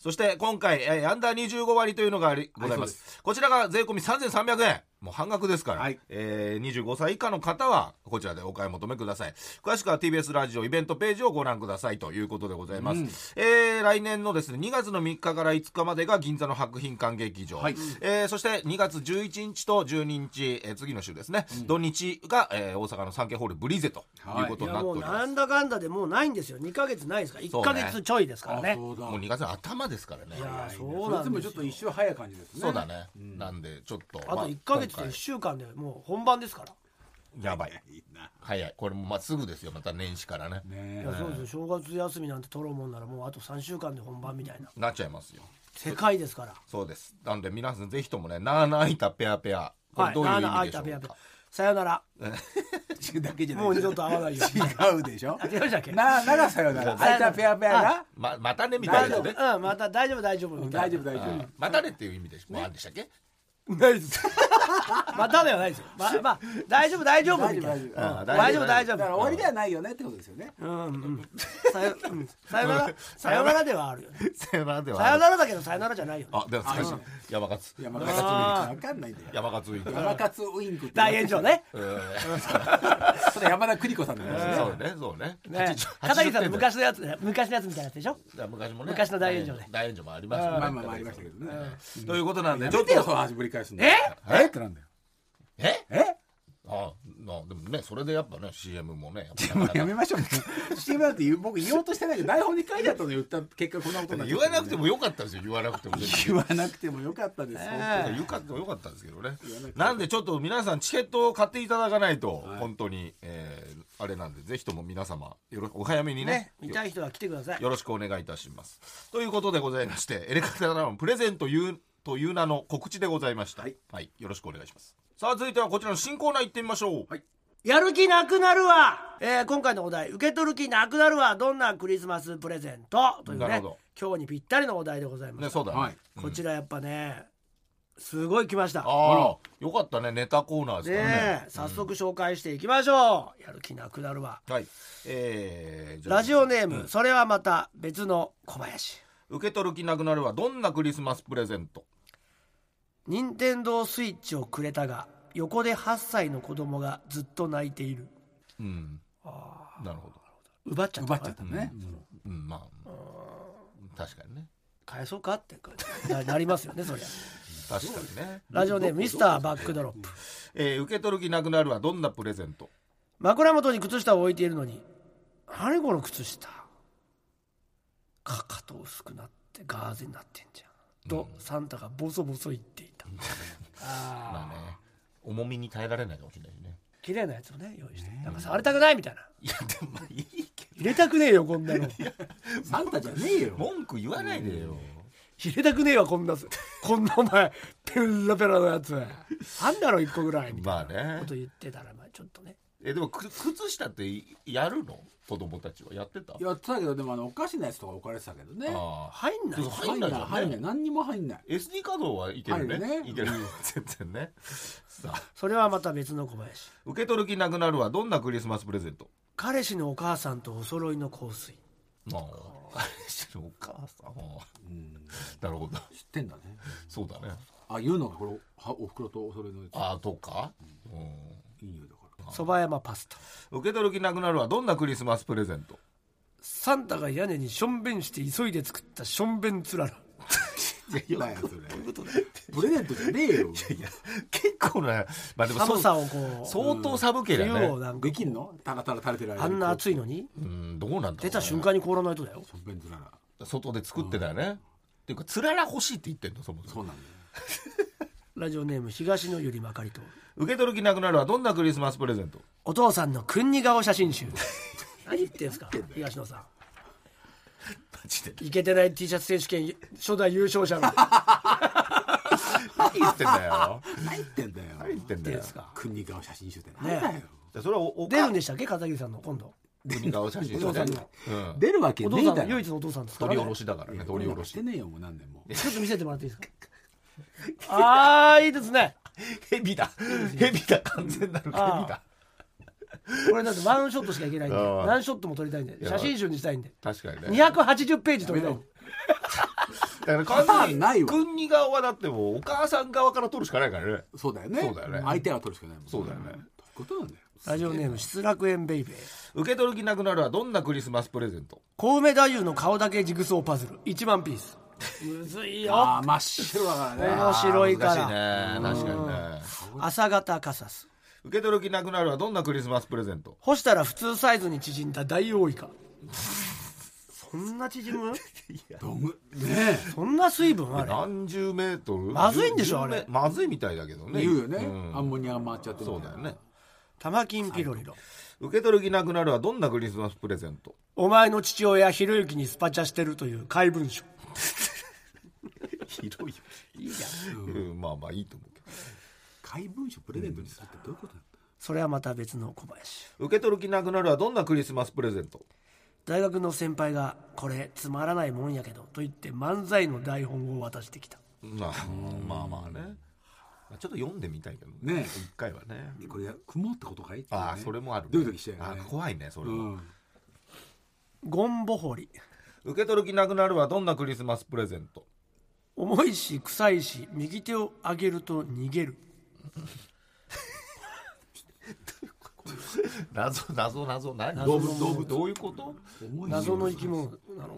Speaker 2: そして今回、えーアンダー25割というのがありござい
Speaker 3: そ
Speaker 2: ま,、
Speaker 3: うです
Speaker 2: こちらが税込み3300円もう半額ですから、
Speaker 3: はい
Speaker 2: えー25歳以下の方はこちらでお買い求めください詳しくは TBS ラジオイベントページをご覧くださいということでございます、えー来年のですね2月の3日から5日までが銀座の博品館劇場、
Speaker 3: はい
Speaker 2: えーそして2月11日と12日、えー次の週ですね、土日が、えー大阪のサンケイホールブリーゼということ
Speaker 1: いや
Speaker 2: になって
Speaker 1: も
Speaker 2: お
Speaker 1: う
Speaker 2: ります、
Speaker 1: なんだかんだでもうないんですよ2ヶ月ないですから
Speaker 2: そ
Speaker 1: 1
Speaker 2: うね
Speaker 1: ヶ月ちょいですからね
Speaker 3: そうだ
Speaker 2: もう2月の頭ですからね
Speaker 1: いやー
Speaker 3: そ
Speaker 1: そうなん
Speaker 3: れで
Speaker 1: で
Speaker 3: も
Speaker 1: す
Speaker 3: ちょ
Speaker 1: よ
Speaker 3: っと一周早い感じですね
Speaker 2: そうだね、なんでちょっと
Speaker 1: あ
Speaker 2: ま
Speaker 1: と1ヶ月
Speaker 2: 今
Speaker 1: と1
Speaker 2: 回
Speaker 1: 週間でもう本番ですから
Speaker 2: やばい。早い。これもまあすぐですよ。また年始からね。
Speaker 3: ね
Speaker 1: いやそうですよ正月休みなんて取ろうもんならもうあと3週間で本番みたいな
Speaker 2: なっちゃいますよ。
Speaker 1: 世界ですから
Speaker 2: そうです。なんで皆さんぜひともね、なあなあいたペアペア。こ
Speaker 1: は
Speaker 2: れ
Speaker 1: い
Speaker 2: どういう意
Speaker 1: なあなあ
Speaker 2: 味
Speaker 1: い
Speaker 2: でしたょ
Speaker 1: ペア
Speaker 2: う
Speaker 1: ペア
Speaker 2: か。
Speaker 1: さよなら
Speaker 3: だけじゃない
Speaker 1: もう二度と会わない よ
Speaker 3: 違うでしょ
Speaker 1: 違うじゃんけ
Speaker 3: なならさよならあいたペアペアが
Speaker 2: ままたねみたいなやつね
Speaker 1: うんまた大丈夫大丈夫みた
Speaker 3: 大
Speaker 1: いな
Speaker 3: 丈夫大丈夫
Speaker 2: またねっていう意味でしょ、もうあるんでしたっけ
Speaker 1: ないです またではないですよままあ大丈夫大丈夫
Speaker 3: 大
Speaker 1: み
Speaker 3: 丈夫
Speaker 1: たいな
Speaker 2: う
Speaker 3: 大丈夫
Speaker 2: ん
Speaker 1: 大丈夫大
Speaker 2: 大
Speaker 1: 丈
Speaker 2: 丈
Speaker 3: だから
Speaker 1: 夫
Speaker 3: 終わりではないよねってことですよね
Speaker 1: うんうんさようんさよならさよならではあるよね
Speaker 2: さよならで
Speaker 1: さよならだけどさよならじゃないよね
Speaker 2: あ、でも最初山勝
Speaker 3: 山
Speaker 2: 山
Speaker 3: 勝ウインクわかんないんだよ
Speaker 2: 勝ウインク
Speaker 3: 山勝ウインクって
Speaker 1: 大炎上ね
Speaker 3: それ山田邦子さんだからね
Speaker 2: そうねそうね
Speaker 1: ね片桐さんの昔のやつね昔のやつみたいなやつでしょ
Speaker 2: 昔もね
Speaker 1: 昔の大炎上ね
Speaker 2: 大炎上もあります
Speaker 3: まあまあまあありましたけどね
Speaker 2: ということなんで
Speaker 3: や
Speaker 2: ちょ
Speaker 3: め
Speaker 2: って
Speaker 3: よそ
Speaker 2: と
Speaker 3: の話ぶり返すの
Speaker 1: え
Speaker 3: えってなんだよ
Speaker 2: え
Speaker 3: え
Speaker 2: あなでもねそれでやっぱね CM もね
Speaker 3: もうやめましょうね CM だって言う僕言おうとしてないけど台本に書いてあったの言った結果こんなことになっち
Speaker 2: 言
Speaker 3: ゃった
Speaker 2: わなくてもよかったですよ言わなくても
Speaker 3: 言わなくてもよかったです
Speaker 1: え
Speaker 2: よかったよかったですけどねなんでちょっと皆さんチケットを買っていただかないと本当にえーあれなんでぜひとも皆様よろお早めにね
Speaker 1: ね見たい人は来てください
Speaker 2: よろしくお願いいたします。ということでございまして、エレカタラのプレゼントいうという名の告知でございました。はい、よろしくお願いします。さあ、続いてはこちらの新コーナー行ってみましょう。はい、
Speaker 1: やる気なくなるわ、えー今回のお題「受け取る気なくなるわどんなクリスマスプレゼント」という
Speaker 2: な
Speaker 1: ね
Speaker 2: るほ
Speaker 1: 今日にぴったりのお題でございま
Speaker 2: ね、
Speaker 1: す、
Speaker 2: そうだね。
Speaker 3: はい
Speaker 1: こちらやっぱねすごい来ました
Speaker 2: ああ、よかったね、ネタコーナーですからね。
Speaker 1: ねえ早速紹介していきましょう、やる気なくなるわ
Speaker 2: はい、えー、じゃあ
Speaker 1: ラジオネーム、それはまた別の小林
Speaker 2: 受け取る気なくなるはどんなクリスマスプレゼント
Speaker 1: 任天堂スイッチをくれたが横で8歳の子供がずっと泣いている
Speaker 2: うんなるほど
Speaker 1: 奪っちゃった
Speaker 3: 奪
Speaker 1: のか
Speaker 3: っちゃ
Speaker 1: な
Speaker 3: ったねその
Speaker 2: うんまあ確かにね
Speaker 1: 返そうかってななりますよねそりゃ
Speaker 2: 確かにね、
Speaker 1: ラジオネームミスターバックドロップ
Speaker 2: えー、受け取る気なくなるはどんなプレゼント
Speaker 1: 枕元に靴下を置いているのに何この靴下かかと薄くなってガーゼになってんじゃんとサンタがボソボソ言っていた
Speaker 2: まあね重みに耐えられないかもしれないしね
Speaker 1: 綺麗なやつをね用意してなんか触りたくないみたいない
Speaker 2: やでもまあいいけ
Speaker 1: 入れたくねえよこんなの入
Speaker 3: サンタじゃねえ
Speaker 2: ど
Speaker 3: よ
Speaker 2: 文句言わないでよ、
Speaker 1: れたくねえわこんなこんなお前ペラペラのやつあんだろ一個ぐらいみたい
Speaker 2: まあ
Speaker 1: な
Speaker 2: ね
Speaker 1: こと言ってたらまあちょっとね
Speaker 2: えでもく靴下っていやるの子供たちはやってた
Speaker 3: やってたけどでもあのおかしなやつとか置かれてたけどね
Speaker 2: ああ
Speaker 1: 入んない
Speaker 2: でも入んないじゃんね
Speaker 3: 入んない何にも入んない
Speaker 2: SD カードはいけるね
Speaker 3: 入るね
Speaker 2: いける 全然ねさあ
Speaker 1: それはまた別の小林
Speaker 2: 受け取る気なくなるはどんなクリスマスプレゼント
Speaker 1: 彼氏のお母さんとお揃いの香水
Speaker 2: まあ彼氏のお母さんはなるほど
Speaker 3: 知ってんだね
Speaker 2: そうだね
Speaker 3: あ言うのがこれはお袋とお揃いのや
Speaker 2: ああとか、うん
Speaker 3: ついい匂い だから
Speaker 1: 蕎麦山パスタ
Speaker 2: 受け取る気なくなるはどんなクリスマスプレゼント
Speaker 1: サンタが屋根にしょんべんして急いで作ったしょんべんつらら
Speaker 3: なんやそれプレゼントじゃねえよ
Speaker 2: いや結構ねまあでもそう
Speaker 1: 寒さをこう
Speaker 2: 相当寒けりゃね
Speaker 1: 冬をなんか
Speaker 3: できんのタラタラ垂れてる間
Speaker 1: あんな暑
Speaker 3: い
Speaker 1: いのに
Speaker 2: うんどうなんだろうね、
Speaker 1: 出た瞬間に凍らないとだよ
Speaker 3: ベンズララ
Speaker 2: 外で作ってたよね、っていうかつらら欲しいって言ってんのそもそ
Speaker 3: そ
Speaker 2: も
Speaker 3: うなんだよ
Speaker 1: ラジオネーム東のゆりまかりと
Speaker 2: 受け取る気なくなるはどんなクリスマスプレゼント
Speaker 1: お父さんのくんに顔写真 集何言ってんすか東野さ
Speaker 2: マジで
Speaker 1: んいけてない T シャツ選手権初代優勝者 の
Speaker 2: 何言ってんだよ
Speaker 3: 何言ってんだよ
Speaker 2: 何言ってんだよ
Speaker 1: ですか
Speaker 3: 国顔写真集ってなんだよ
Speaker 2: それはおお
Speaker 1: 出るん
Speaker 2: か
Speaker 1: でしたっけ片桐さんの今度
Speaker 2: 国顔写真
Speaker 1: お父さん
Speaker 2: ね
Speaker 1: の
Speaker 2: うん
Speaker 3: 出るわけ
Speaker 1: お
Speaker 3: ね
Speaker 1: 父
Speaker 3: え
Speaker 1: さ
Speaker 3: だ
Speaker 1: ん唯
Speaker 3: ろ
Speaker 1: 一のお父さんですから
Speaker 2: 取り
Speaker 1: ね
Speaker 2: 下ろしだからね取り下ろ
Speaker 3: し
Speaker 2: して
Speaker 3: ねえよもう何年も
Speaker 1: ちょっと見せてもらっていいですか あーいいですね
Speaker 2: ヘビだヘビだ完全なるヘビだ
Speaker 1: これだってワンショットしかいけないんで
Speaker 2: あー
Speaker 1: 何ショットも撮りたいんで
Speaker 2: や
Speaker 1: 写真集にしたいんで
Speaker 2: 確かにね
Speaker 1: 280ページ撮りたいんで
Speaker 2: だか
Speaker 3: パ
Speaker 2: ら
Speaker 3: タ
Speaker 2: 完
Speaker 3: ー
Speaker 2: 全
Speaker 3: ン
Speaker 2: に
Speaker 3: ないわ
Speaker 2: 国側はだってもうお母さん側から取るしかないからね
Speaker 3: そうだよね
Speaker 2: そうだよね
Speaker 3: 相手は取るしかないもん
Speaker 2: そうだよね
Speaker 3: ということなんだよ
Speaker 1: ラジオネーム失楽園ベイベー
Speaker 2: 受け取る気なくなるはどんなクリスマスプレゼント
Speaker 1: 小梅太夫の顔だけジグソーパズル1万ピースむずいよ
Speaker 3: ああ真っ白だからね
Speaker 1: 面白いか
Speaker 2: 難しい
Speaker 1: ら
Speaker 2: ね確かにね
Speaker 1: 朝方カサス
Speaker 2: 受け取る気なくなるはどんなクリスマスプレゼント
Speaker 1: 干したら普通サイズに縮んだ大王イカそんな縮む
Speaker 3: どんぐねえ
Speaker 1: そんな水分 ある
Speaker 2: 何十メートル
Speaker 1: まずいんでしょ
Speaker 2: 10
Speaker 1: あれ
Speaker 2: まずいみたいだけどね
Speaker 3: 言うよね
Speaker 2: ん
Speaker 3: アンモニアが回っちゃってる
Speaker 2: そ
Speaker 3: み
Speaker 2: う
Speaker 3: たい
Speaker 2: だ
Speaker 3: な
Speaker 2: よね
Speaker 1: 玉金ピロリロ
Speaker 2: 受け取る気なくなるはどんなクリスマスプレゼント
Speaker 1: お前の父親ひろゆきにスパチャしてるという怪文書
Speaker 2: 広いよいいじゃん、うんまあまあいいと思うけど
Speaker 3: 怪文書プレゼントにするってどういうことなんだ
Speaker 1: それはまた別の小林
Speaker 2: 受け取る気なくなるはどんなクリスマスプレゼント
Speaker 1: 大学の先輩が「これつまらないもんやけど」と言って漫才の台本を渡してきた
Speaker 2: まあまあまあねちょっと読んでみたいけど
Speaker 3: ね
Speaker 2: 一回はね
Speaker 3: これ雲ってことかいっていうね
Speaker 2: ああそれもあるね
Speaker 3: ドキドキしちゃうよ
Speaker 2: あ
Speaker 3: ね
Speaker 2: 怖いねそれは
Speaker 3: うん
Speaker 1: ゴンボ掘り
Speaker 2: 受け取る気なくなるはどんなクリスマスプレゼント
Speaker 1: 重いし臭いし右手を上げると逃げる
Speaker 2: 謎謎謎何
Speaker 1: 謎の
Speaker 2: 動物どういうこと
Speaker 3: 重いし
Speaker 1: 謎の生き物な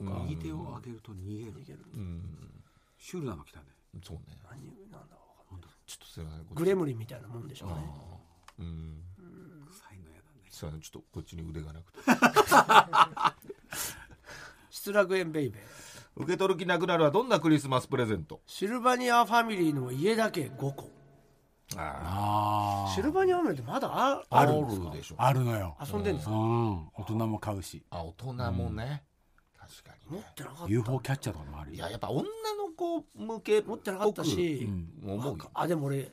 Speaker 1: のか
Speaker 3: 右手を上げると逃げるシュールなの来たね
Speaker 2: そうね
Speaker 1: 何なんだろう
Speaker 2: ちょっとすいませんこっち
Speaker 1: グレムリンみたいなもんでしょうね
Speaker 2: うん
Speaker 3: 臭いのやだね
Speaker 2: すいませんちょっとこっちに腕がなくて
Speaker 1: 失楽園ベイベー
Speaker 2: 受け取る気なくなるはどんなクリスマスプレゼント
Speaker 1: シルバニアファミリーの家だけ5個
Speaker 2: あ
Speaker 3: あ
Speaker 1: シルバニアファミリーってまだあ
Speaker 2: あ
Speaker 1: あ
Speaker 2: る
Speaker 1: る
Speaker 2: んですかでしょ
Speaker 3: ああるのよ
Speaker 1: 遊んでんです
Speaker 3: う
Speaker 1: か
Speaker 3: ん大人も買うし
Speaker 2: あ大人もね、確かに
Speaker 1: 持っ
Speaker 2: ね
Speaker 1: てなかった
Speaker 3: UFO キャッチャーとかもある
Speaker 2: い
Speaker 3: よ
Speaker 2: ややっぱ女の子向け
Speaker 1: 持ってなかったし、
Speaker 3: うん
Speaker 2: 思うよ
Speaker 1: あでも俺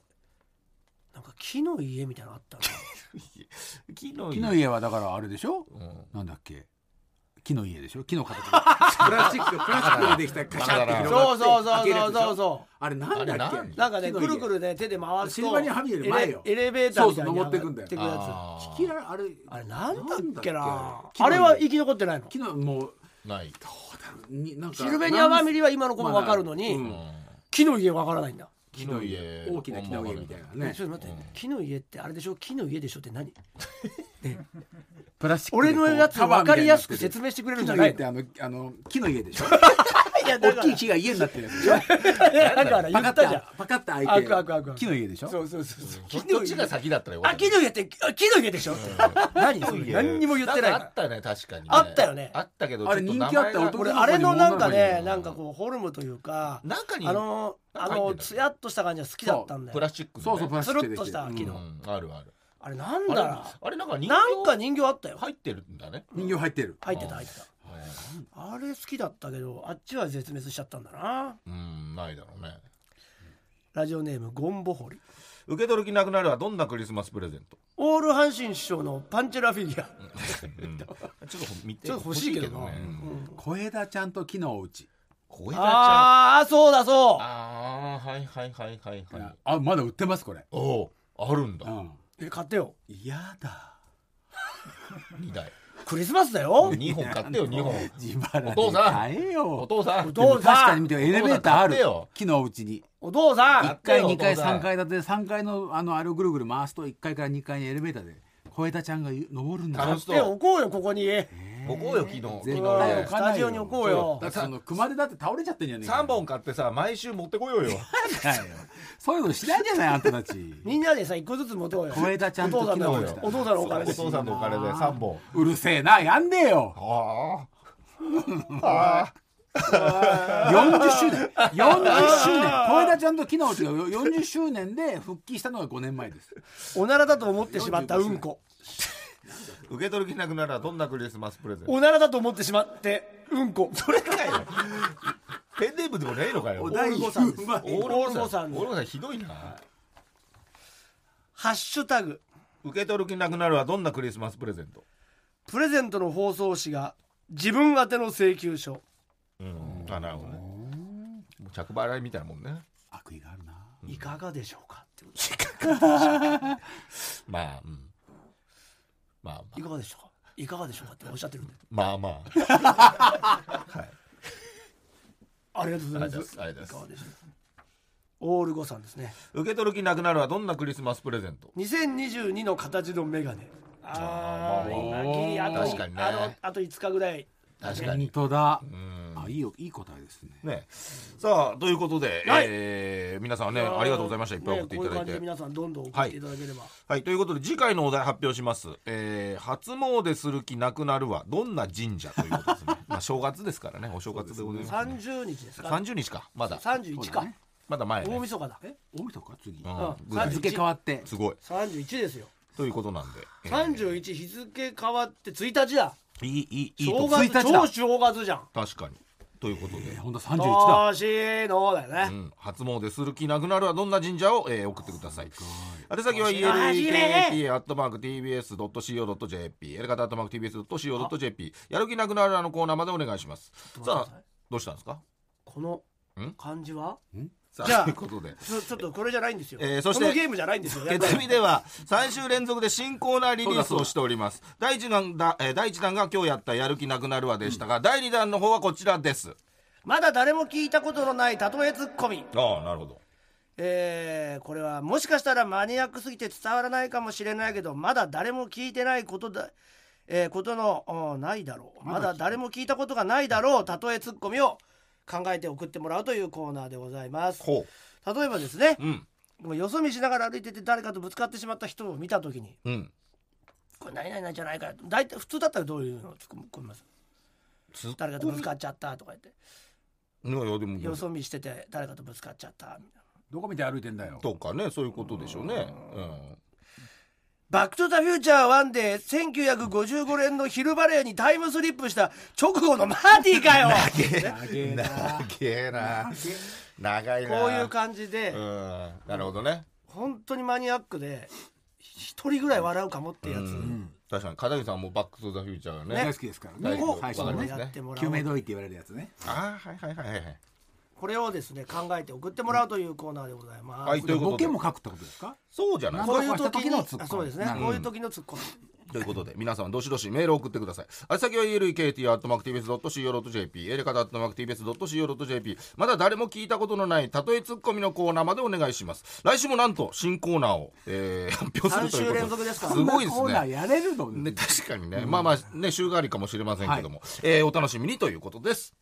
Speaker 1: なんか木の家みたいなのあったな
Speaker 2: 木の
Speaker 3: 木の家はだからあれでしょ
Speaker 2: うん
Speaker 3: なんだっけ木の家でしょ木の形 プラスチックプラスチックでできたカシャって広が
Speaker 1: そう
Speaker 3: って
Speaker 1: そうそ
Speaker 3: 開
Speaker 1: う
Speaker 3: けるや
Speaker 1: そ
Speaker 3: つ
Speaker 1: う
Speaker 3: でしょ
Speaker 1: そうそ
Speaker 3: あれなんだ
Speaker 2: あれな
Speaker 3: っ
Speaker 2: ん
Speaker 3: け
Speaker 1: うなんかね
Speaker 3: 木の
Speaker 1: く
Speaker 3: 家
Speaker 1: るくるね手で回すと
Speaker 3: シルバニアファミリーより前よ
Speaker 1: エレエレベーターみたいに
Speaker 3: そうそう登ってくんだよ
Speaker 1: 上がってくや
Speaker 2: あー
Speaker 3: 引きられあれ
Speaker 1: つあれなんだっけな
Speaker 3: 木の
Speaker 1: あ
Speaker 3: 家
Speaker 1: れは生き残ってないの
Speaker 3: 木のもう
Speaker 2: ない
Speaker 3: になんか
Speaker 1: シルベニアファミリーは今の子
Speaker 3: ま
Speaker 1: も
Speaker 3: あ
Speaker 1: 分かるのに、
Speaker 3: うん
Speaker 1: 木の家分からないんだ、
Speaker 2: 木の家
Speaker 3: 大きな木の家みたいな
Speaker 1: ね
Speaker 3: ね
Speaker 1: ちょっと待って、木の家ってあれでしょ木の家でしょって何
Speaker 3: プラスチック
Speaker 1: 俺
Speaker 3: でこう
Speaker 1: のやつ
Speaker 3: カ
Speaker 1: 分
Speaker 3: バーみた
Speaker 1: か
Speaker 3: い
Speaker 1: り
Speaker 3: にな
Speaker 1: やす
Speaker 3: って
Speaker 1: く
Speaker 3: る
Speaker 1: 説明してくれるんじ
Speaker 3: 木
Speaker 1: ゃ
Speaker 3: の
Speaker 1: な
Speaker 3: 家
Speaker 1: い
Speaker 3: っ
Speaker 1: の
Speaker 3: てあのあの木の家でしょ
Speaker 1: いやだか
Speaker 3: 大
Speaker 1: ら
Speaker 3: きい木が家になってるやつでしょ
Speaker 1: だから言
Speaker 3: パ
Speaker 1: っ
Speaker 3: カッ
Speaker 1: た
Speaker 3: て
Speaker 1: じゃん
Speaker 3: パカッて開い
Speaker 1: 開
Speaker 3: て
Speaker 1: く開く開く
Speaker 3: 木の家でしょ
Speaker 1: そうそうそうそう
Speaker 2: 木の家が先だったらよかっ
Speaker 1: あ
Speaker 2: た
Speaker 1: 木の家ってあ木の家 でしょって何それ何にも言ってない
Speaker 2: ん
Speaker 1: か
Speaker 2: かあ
Speaker 1: ら
Speaker 2: ったね確かに、ね、
Speaker 1: あったよね
Speaker 2: あったけど
Speaker 3: あれ
Speaker 2: ちょっと名前が
Speaker 3: 人気あったよ男
Speaker 1: 俺あれのなんか
Speaker 3: 女の子
Speaker 1: ね
Speaker 3: に
Speaker 1: なんかこうフォルムというか
Speaker 2: 中に
Speaker 1: あの
Speaker 2: なん
Speaker 1: あ
Speaker 2: か入
Speaker 1: の
Speaker 2: ってんだよ
Speaker 1: つやっとした感じが好きだったんだ
Speaker 2: プ
Speaker 1: よ
Speaker 2: ラスチックのね
Speaker 3: そうそうプラスチックでできてる
Speaker 1: つるっとした木
Speaker 2: う
Speaker 1: の
Speaker 2: んあるある
Speaker 1: あれなん
Speaker 2: あ
Speaker 1: だ
Speaker 2: れ
Speaker 1: ろう
Speaker 2: あれなんか
Speaker 1: 人形
Speaker 2: 人
Speaker 1: なんか
Speaker 2: 形
Speaker 1: 人形あったよ
Speaker 2: 入ってるんだね
Speaker 3: 人形入ってる
Speaker 1: 入ってた入ってたあれ好きだったけどあっちは絶滅しちゃったんだな
Speaker 2: うんないだろうね
Speaker 1: ラジオネームゴンボホリ
Speaker 2: 受け取る気なくなるはどんなクリスマスプレゼン ト
Speaker 1: オール阪神師匠のパンチェラフィギュア
Speaker 2: ちょっと見て
Speaker 1: ちょっと欲しいけどな
Speaker 2: 欲しいうん
Speaker 3: 小枝ちゃんと木のおうち
Speaker 2: 小枝ちゃん
Speaker 1: あ
Speaker 2: あ
Speaker 1: あそうだそう
Speaker 2: あーはいはいはいはいはい
Speaker 3: あまだ売ってますこれ
Speaker 2: おおあるんだ
Speaker 3: うん
Speaker 1: え買ってよ
Speaker 3: 嫌だ
Speaker 2: 2台
Speaker 1: クリスマスだよ
Speaker 2: 2本買ってよ2本
Speaker 3: 自腹で
Speaker 2: お父さん
Speaker 3: 買えよ
Speaker 2: お父さん
Speaker 1: お
Speaker 3: でも
Speaker 1: 父
Speaker 3: 確か
Speaker 1: さ
Speaker 3: に見
Speaker 1: ん
Speaker 3: てエレベーターあ
Speaker 2: お父さん買っ
Speaker 3: る
Speaker 2: てよ
Speaker 3: 木のうちに
Speaker 1: お父さん
Speaker 3: 1階
Speaker 2: お父さん
Speaker 3: 2階3階建て3階のあのあれをぐるぐる回すと1階から2階にエレベーターで小枝ちゃんが登るんだ
Speaker 2: 楽し
Speaker 1: で
Speaker 2: そう
Speaker 1: 置こうよここに
Speaker 2: 置こうよ昨日昨
Speaker 3: 絶
Speaker 2: 日
Speaker 3: 対置
Speaker 2: ね
Speaker 3: か
Speaker 1: スタジオに置こうよ
Speaker 3: だってその熊手だって倒れちゃってんじゃねえか
Speaker 2: 3本買ってさ毎週持ってこようよ
Speaker 3: だよ そういうのしないじゃないあんたたち
Speaker 1: みんなでさ一個ずつ持とうよ
Speaker 3: 小枝ちゃんと
Speaker 1: お父さん
Speaker 3: 木の
Speaker 1: の
Speaker 3: 方
Speaker 1: お
Speaker 3: よ
Speaker 1: 父さんのお金で
Speaker 2: お
Speaker 1: す
Speaker 2: 父さんのお金で3本
Speaker 3: うるせえなやんねえよ
Speaker 2: あ
Speaker 3: 40周年40周年小枝ちゃんと木のうちが40周年で復帰したのが5年前です
Speaker 1: おならだと思ってしまったうんこ
Speaker 2: あ受け取る気なくならどんなクリスマスプレゼント
Speaker 1: おならだと思ってしまってうんこそれかよ
Speaker 2: ペンネームでもないのかよ
Speaker 3: お
Speaker 2: オ
Speaker 3: 題
Speaker 1: ゴさんです
Speaker 3: うまい
Speaker 2: ール
Speaker 1: オールゴさん
Speaker 2: オールゴさんひどいな
Speaker 1: ハッシュタグ
Speaker 2: 受け取る気なくなるはどんなクリスマスプレゼント
Speaker 1: プレゼントの包装紙が自分宛ての請求書
Speaker 2: うんあなるほどねもう着払いみたいなもんね
Speaker 3: 悪意があるない
Speaker 1: かがでしょうかってこと
Speaker 2: まあうんまあ
Speaker 1: いかがでしょうかいかがでしょうかっておっしゃってるんで
Speaker 2: まあま あ
Speaker 1: ありがとうござい
Speaker 2: まあじゃ
Speaker 1: ます
Speaker 2: ああれで
Speaker 1: い
Speaker 2: す
Speaker 1: かがでしょうかオール5さんですね
Speaker 2: 受け取る気なくなるはどんなクリスマスプレゼント
Speaker 1: 2022の形のメガネああ
Speaker 2: ーまあ
Speaker 1: 今ギリあと
Speaker 2: 確かにね
Speaker 1: あのあと5日ぐらい
Speaker 2: 確か
Speaker 3: 本
Speaker 2: に
Speaker 3: 当だあいいよいい答えですね
Speaker 2: ねさあということで、
Speaker 1: はい
Speaker 2: えー皆さんねありがとうございましたいっぱい送っていただい
Speaker 1: ねこういう感じ
Speaker 2: て、
Speaker 1: で皆さんどんどん送っていただければ、
Speaker 2: はいということで次回のお題発表します、えー初詣する気なくなるはどんな神社ということで すねまあ正月ですからねお正月でございますね
Speaker 1: 30日ですか
Speaker 2: 30日かまだ
Speaker 1: 31か、
Speaker 2: まだ前、
Speaker 1: 大
Speaker 2: ね、
Speaker 1: 晦日だ
Speaker 3: え大晦日か次
Speaker 2: うん
Speaker 1: うん
Speaker 2: ぐらい
Speaker 3: 日付変わって
Speaker 2: すごい
Speaker 1: 31ですよ
Speaker 2: ということなんで、えー
Speaker 1: 31日付変わって1日だ
Speaker 2: いいいいいいと
Speaker 1: 正
Speaker 2: 思う
Speaker 1: 月
Speaker 3: 1日だ
Speaker 1: 超正月じゃん
Speaker 2: 確かにということで、
Speaker 3: 本当三十一だ。
Speaker 1: 年のだよ
Speaker 2: う
Speaker 1: ね。
Speaker 2: ん、初詣する気なくなるはどんな神社を、えー送ってください宛先は e
Speaker 1: しろ
Speaker 2: l
Speaker 1: 走
Speaker 2: e
Speaker 1: れ
Speaker 2: k t アットマーク tbs.co.jp エレガタアットマーク tbs.co.jp やる気なくなるあのコーナーまでお願いします
Speaker 1: ちょっと待ってくだ
Speaker 2: さ
Speaker 1: さ
Speaker 2: あ
Speaker 1: い
Speaker 2: どうしたんですか
Speaker 1: この
Speaker 2: ん
Speaker 1: 感じは
Speaker 2: さ
Speaker 1: じゃ
Speaker 2: あ
Speaker 1: あ
Speaker 2: ということ で
Speaker 1: ちょちょっとこれじゃないんですよ。
Speaker 2: えーそして
Speaker 1: このゲームじゃないんですよ。
Speaker 2: 月組 では3週連続で新コーナーリリースをしております第1弾だ、えー第一弾が今日やった「やる気なくなるわ」でしたが、第2弾の方はこちらです
Speaker 1: まだ誰も聞いたことのない例えツッコミ。
Speaker 2: ああなるほど
Speaker 1: えーこれはもしかしたらマニアックすぎて伝わらないかもしれないけどまだ誰も聞いてないことだ、えーことのうんないだろうまだ誰も聞いたことがないだろうたとえツッコミを考えて送ってもらうというコーナーでございます
Speaker 2: ほ
Speaker 1: 例えばですね
Speaker 2: ううん
Speaker 1: もうよそ見しながら歩いてて誰かとぶつかってしまった人を見た時に
Speaker 2: うん
Speaker 1: これ何々なんじゃないか大体普通だったらどういうのを突っ込みます
Speaker 2: ツッ
Speaker 1: 誰かとぶつかっちゃったとか言って
Speaker 2: いやいやでも
Speaker 1: よそ見してて誰かとぶつかっちゃったみたいな
Speaker 3: どこ見て歩いてんだよ。
Speaker 2: とかねそういうことでしょうねうん
Speaker 1: バック・トゥ・ザ・フューチャー1で1955年の昼バレーにタイムスリップした直後のマーティーかよ
Speaker 3: あげな。
Speaker 2: 長えな長いな
Speaker 1: こういう感じで
Speaker 2: うんなるほどね
Speaker 1: 本当にマニアックで一人ぐらい笑うかもってやつ
Speaker 2: 確かに片桐さんも「バック・トゥ・ザ・フューチャー」がね
Speaker 3: 大好きですから
Speaker 2: 大
Speaker 3: ね。
Speaker 2: 好き
Speaker 3: 最初の
Speaker 2: わか
Speaker 1: を
Speaker 2: り
Speaker 3: ね
Speaker 2: ま。
Speaker 1: やってもら
Speaker 3: 救
Speaker 1: お
Speaker 3: 命
Speaker 1: う
Speaker 3: 胴衣って言われるやつね。
Speaker 2: ああはいはいはいはいはい
Speaker 1: これをですね考えて送ってもらうというコーナーでございます、
Speaker 2: はいということで
Speaker 3: ボケも書くってことですか。
Speaker 2: そうじゃない
Speaker 1: こういう時に
Speaker 3: なんかこうした時のツッコミ
Speaker 1: あそうですね
Speaker 3: なるほど
Speaker 1: こういう時のツッコミ
Speaker 2: ということで、皆さん、どしどしメールを送ってください。あ先は elekt.mactvs.co.jp、エレカタ .mactvs.co.jp、まだ誰も聞いたことのない、たとえツッコミのコーナーまでお願いします。来週もなんと、新コーナーを、えー発表するというこ
Speaker 1: 三週
Speaker 2: と
Speaker 1: 連続ですから
Speaker 2: すごいで
Speaker 3: こ
Speaker 2: す
Speaker 3: んなコーナー
Speaker 2: ね。
Speaker 3: やれるの。
Speaker 2: ね、確かにね、まあまあ、ね、週替わりかもしれませんけども、えーお楽しみにということです。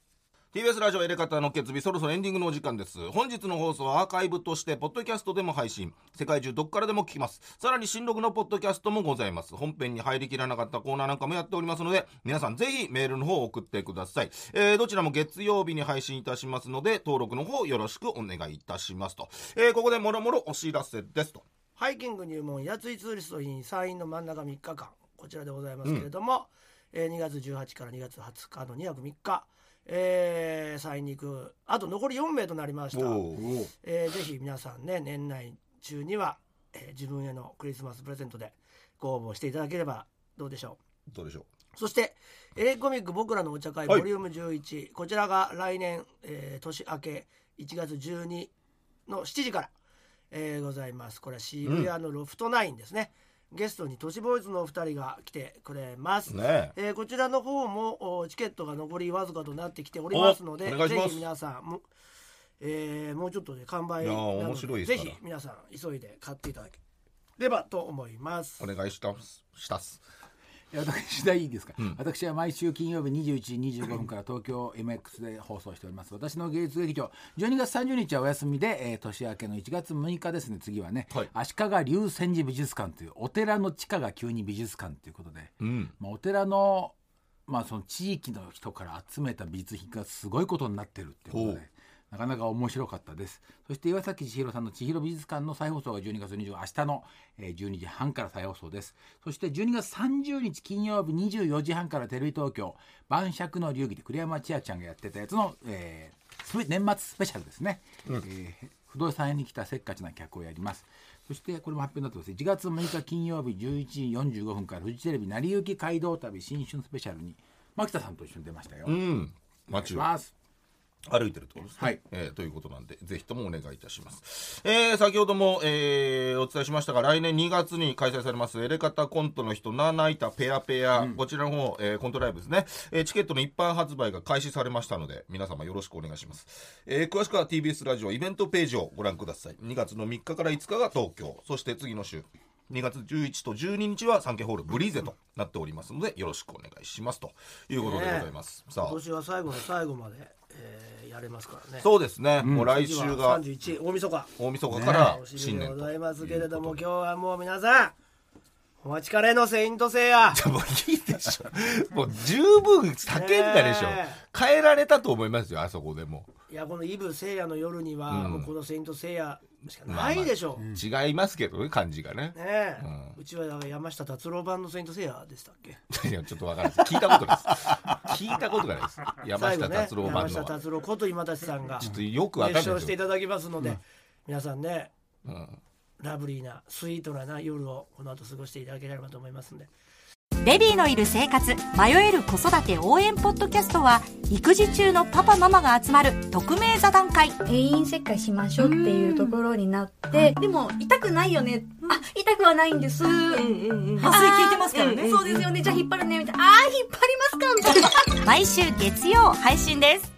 Speaker 2: TBS ラジオエレカタの決日そろそろエンディングのお時間です本日の放送はアーカイブとしてポッドキャストでも配信世界中どこからでも聞きますさらに新録のポッドキャストもございます本編に入りきらなかったコーナーなんかもやっておりますので皆さんぜひメールの方を送ってください、えーどちらも月曜日に配信いたしますので登録の方よろしくお願いいたしますと、えーここでもろもろお知らせですと
Speaker 1: ハイキング入門やついツーリストイン山陰の真ん中3日間こちらでございますけれども、えー2月18から2月20日の2泊3日、えー山陰に行くあと残り4名となりました、
Speaker 3: おう
Speaker 1: えーぜひ皆さんね年内中には、えー自分へのクリスマスプレゼントでご応募していただければどうでしょ
Speaker 2: どうでしょ
Speaker 1: うそしてエレコミック僕らのお茶会
Speaker 2: はい
Speaker 1: ボリューム11、こちらが来年、えー年明け1月12の7時から、えーございますこれは渋谷のロフトナインですね、ゲストに都市ボーイズのお二人が来てくれます、
Speaker 2: うねえ
Speaker 1: えーこちらの方もおチケットが残りわずかとなってきておりますので
Speaker 2: おお願いし
Speaker 1: ぜ
Speaker 2: ます
Speaker 1: ひ皆さんも,、えーもうちょっとで完売
Speaker 2: いや
Speaker 1: な
Speaker 2: ー
Speaker 1: ので
Speaker 2: 面白いです
Speaker 1: ぜ
Speaker 2: から
Speaker 1: ひ皆さん急いで買っていただければと思います
Speaker 2: お願いしたすしたっす
Speaker 3: 私でいいですか、私は毎週金曜日21時25分から東京 MX で放送しております私の芸術劇場12月30日はお休みで、えー年明けの1月6日ですね次はね、
Speaker 2: はい
Speaker 3: 足利龍泉寺美術館というお寺の地下が急に美術館ということで、まあ、お寺の,、まあその地域の人から集めた美術品がすごいことになってるっていうこと
Speaker 2: ほう
Speaker 3: で。なかなか面白かったです。そして岩崎千尋さんの千尋美術館の再放送が12月25明日のえー12時半から再放送です。そして12月30日金曜日24時半からテレビ東京晩酌の流儀で栗山千明ちゃんがやってたやつの、えースペ年末スペシャルですね。えー不動産屋に来たせっかちな客をやります。そしてこれも発表になってますね1月6日金曜日11時45分からフジテレビ成り行き街道旅新春スペシャルに牧田さんと一緒に出ましたよ。
Speaker 2: うん街を
Speaker 3: ます。
Speaker 2: 歩いてるってことですね。
Speaker 3: はい
Speaker 2: えーということなんで、ぜひともお願いいたします。えー先ほども、えーお伝えしましたが、来年2月に開催されます、エレカタコントの人、ナーナイタペアペア、こちらの方、えーコントライブですね、えーチケットの一般発売が開始されましたので、皆様よろしくお願いします。えー詳しくは TBS ラジオイベントページをご覧ください。2月の3日から5日が東京、そして次の週、2月11と12日はサンケイホールブリーゼとなっておりますので、よろしくお願いします。ということでございます。さあ
Speaker 1: 今、年は最後の最後まで、えーやれますからね
Speaker 2: そうですね、もう来週が
Speaker 1: 31大晦日
Speaker 2: 大晦日から
Speaker 1: おし
Speaker 2: 新
Speaker 1: りで
Speaker 2: 年
Speaker 1: ご
Speaker 2: と、
Speaker 1: ざいますけれども今日はもう皆さんお待ちかねのセイントセイヤ
Speaker 2: もういいでしょもう十分叫んだでしょ、
Speaker 1: ねえ
Speaker 2: 変えられたと思いますよあそこでもう
Speaker 1: いやこのイブ聖夜の夜には、
Speaker 2: うん
Speaker 1: もうこのセイント聖夜しかないでしょう、
Speaker 2: 違いますけどね感じがね
Speaker 1: ねえ、
Speaker 2: う
Speaker 1: うちはだから山下達郎版のセイント聖夜でしたっけ
Speaker 2: いやちょっとわからないです聞いたことないです聞いたことがないです山
Speaker 1: 最後
Speaker 2: 下
Speaker 1: ね
Speaker 2: 達郎
Speaker 1: 山
Speaker 2: 版の
Speaker 1: 下
Speaker 2: は
Speaker 1: 達郎こと今立さんが
Speaker 2: ちょっとよくわかんな
Speaker 1: 熱
Speaker 2: い
Speaker 1: 唱
Speaker 2: で
Speaker 1: し
Speaker 2: す
Speaker 1: てい
Speaker 2: よ
Speaker 1: ただきますので、皆さんね
Speaker 2: うん
Speaker 1: ラブリーなスイートなな夜をこの後過ごしていただければと思いますんで
Speaker 4: ベビーのいる生活迷える子育て応援ポッドキャストは育児中のパパママが集まる匿名座談会
Speaker 5: 原因切開しましょうっていうところになって、でも痛くないよね、あ痛くはないんです、麻酔効いてますからね、そうですよねじゃあ引っ張るねみたいなあー引っ張りますかみたいな
Speaker 4: 毎週月曜配信です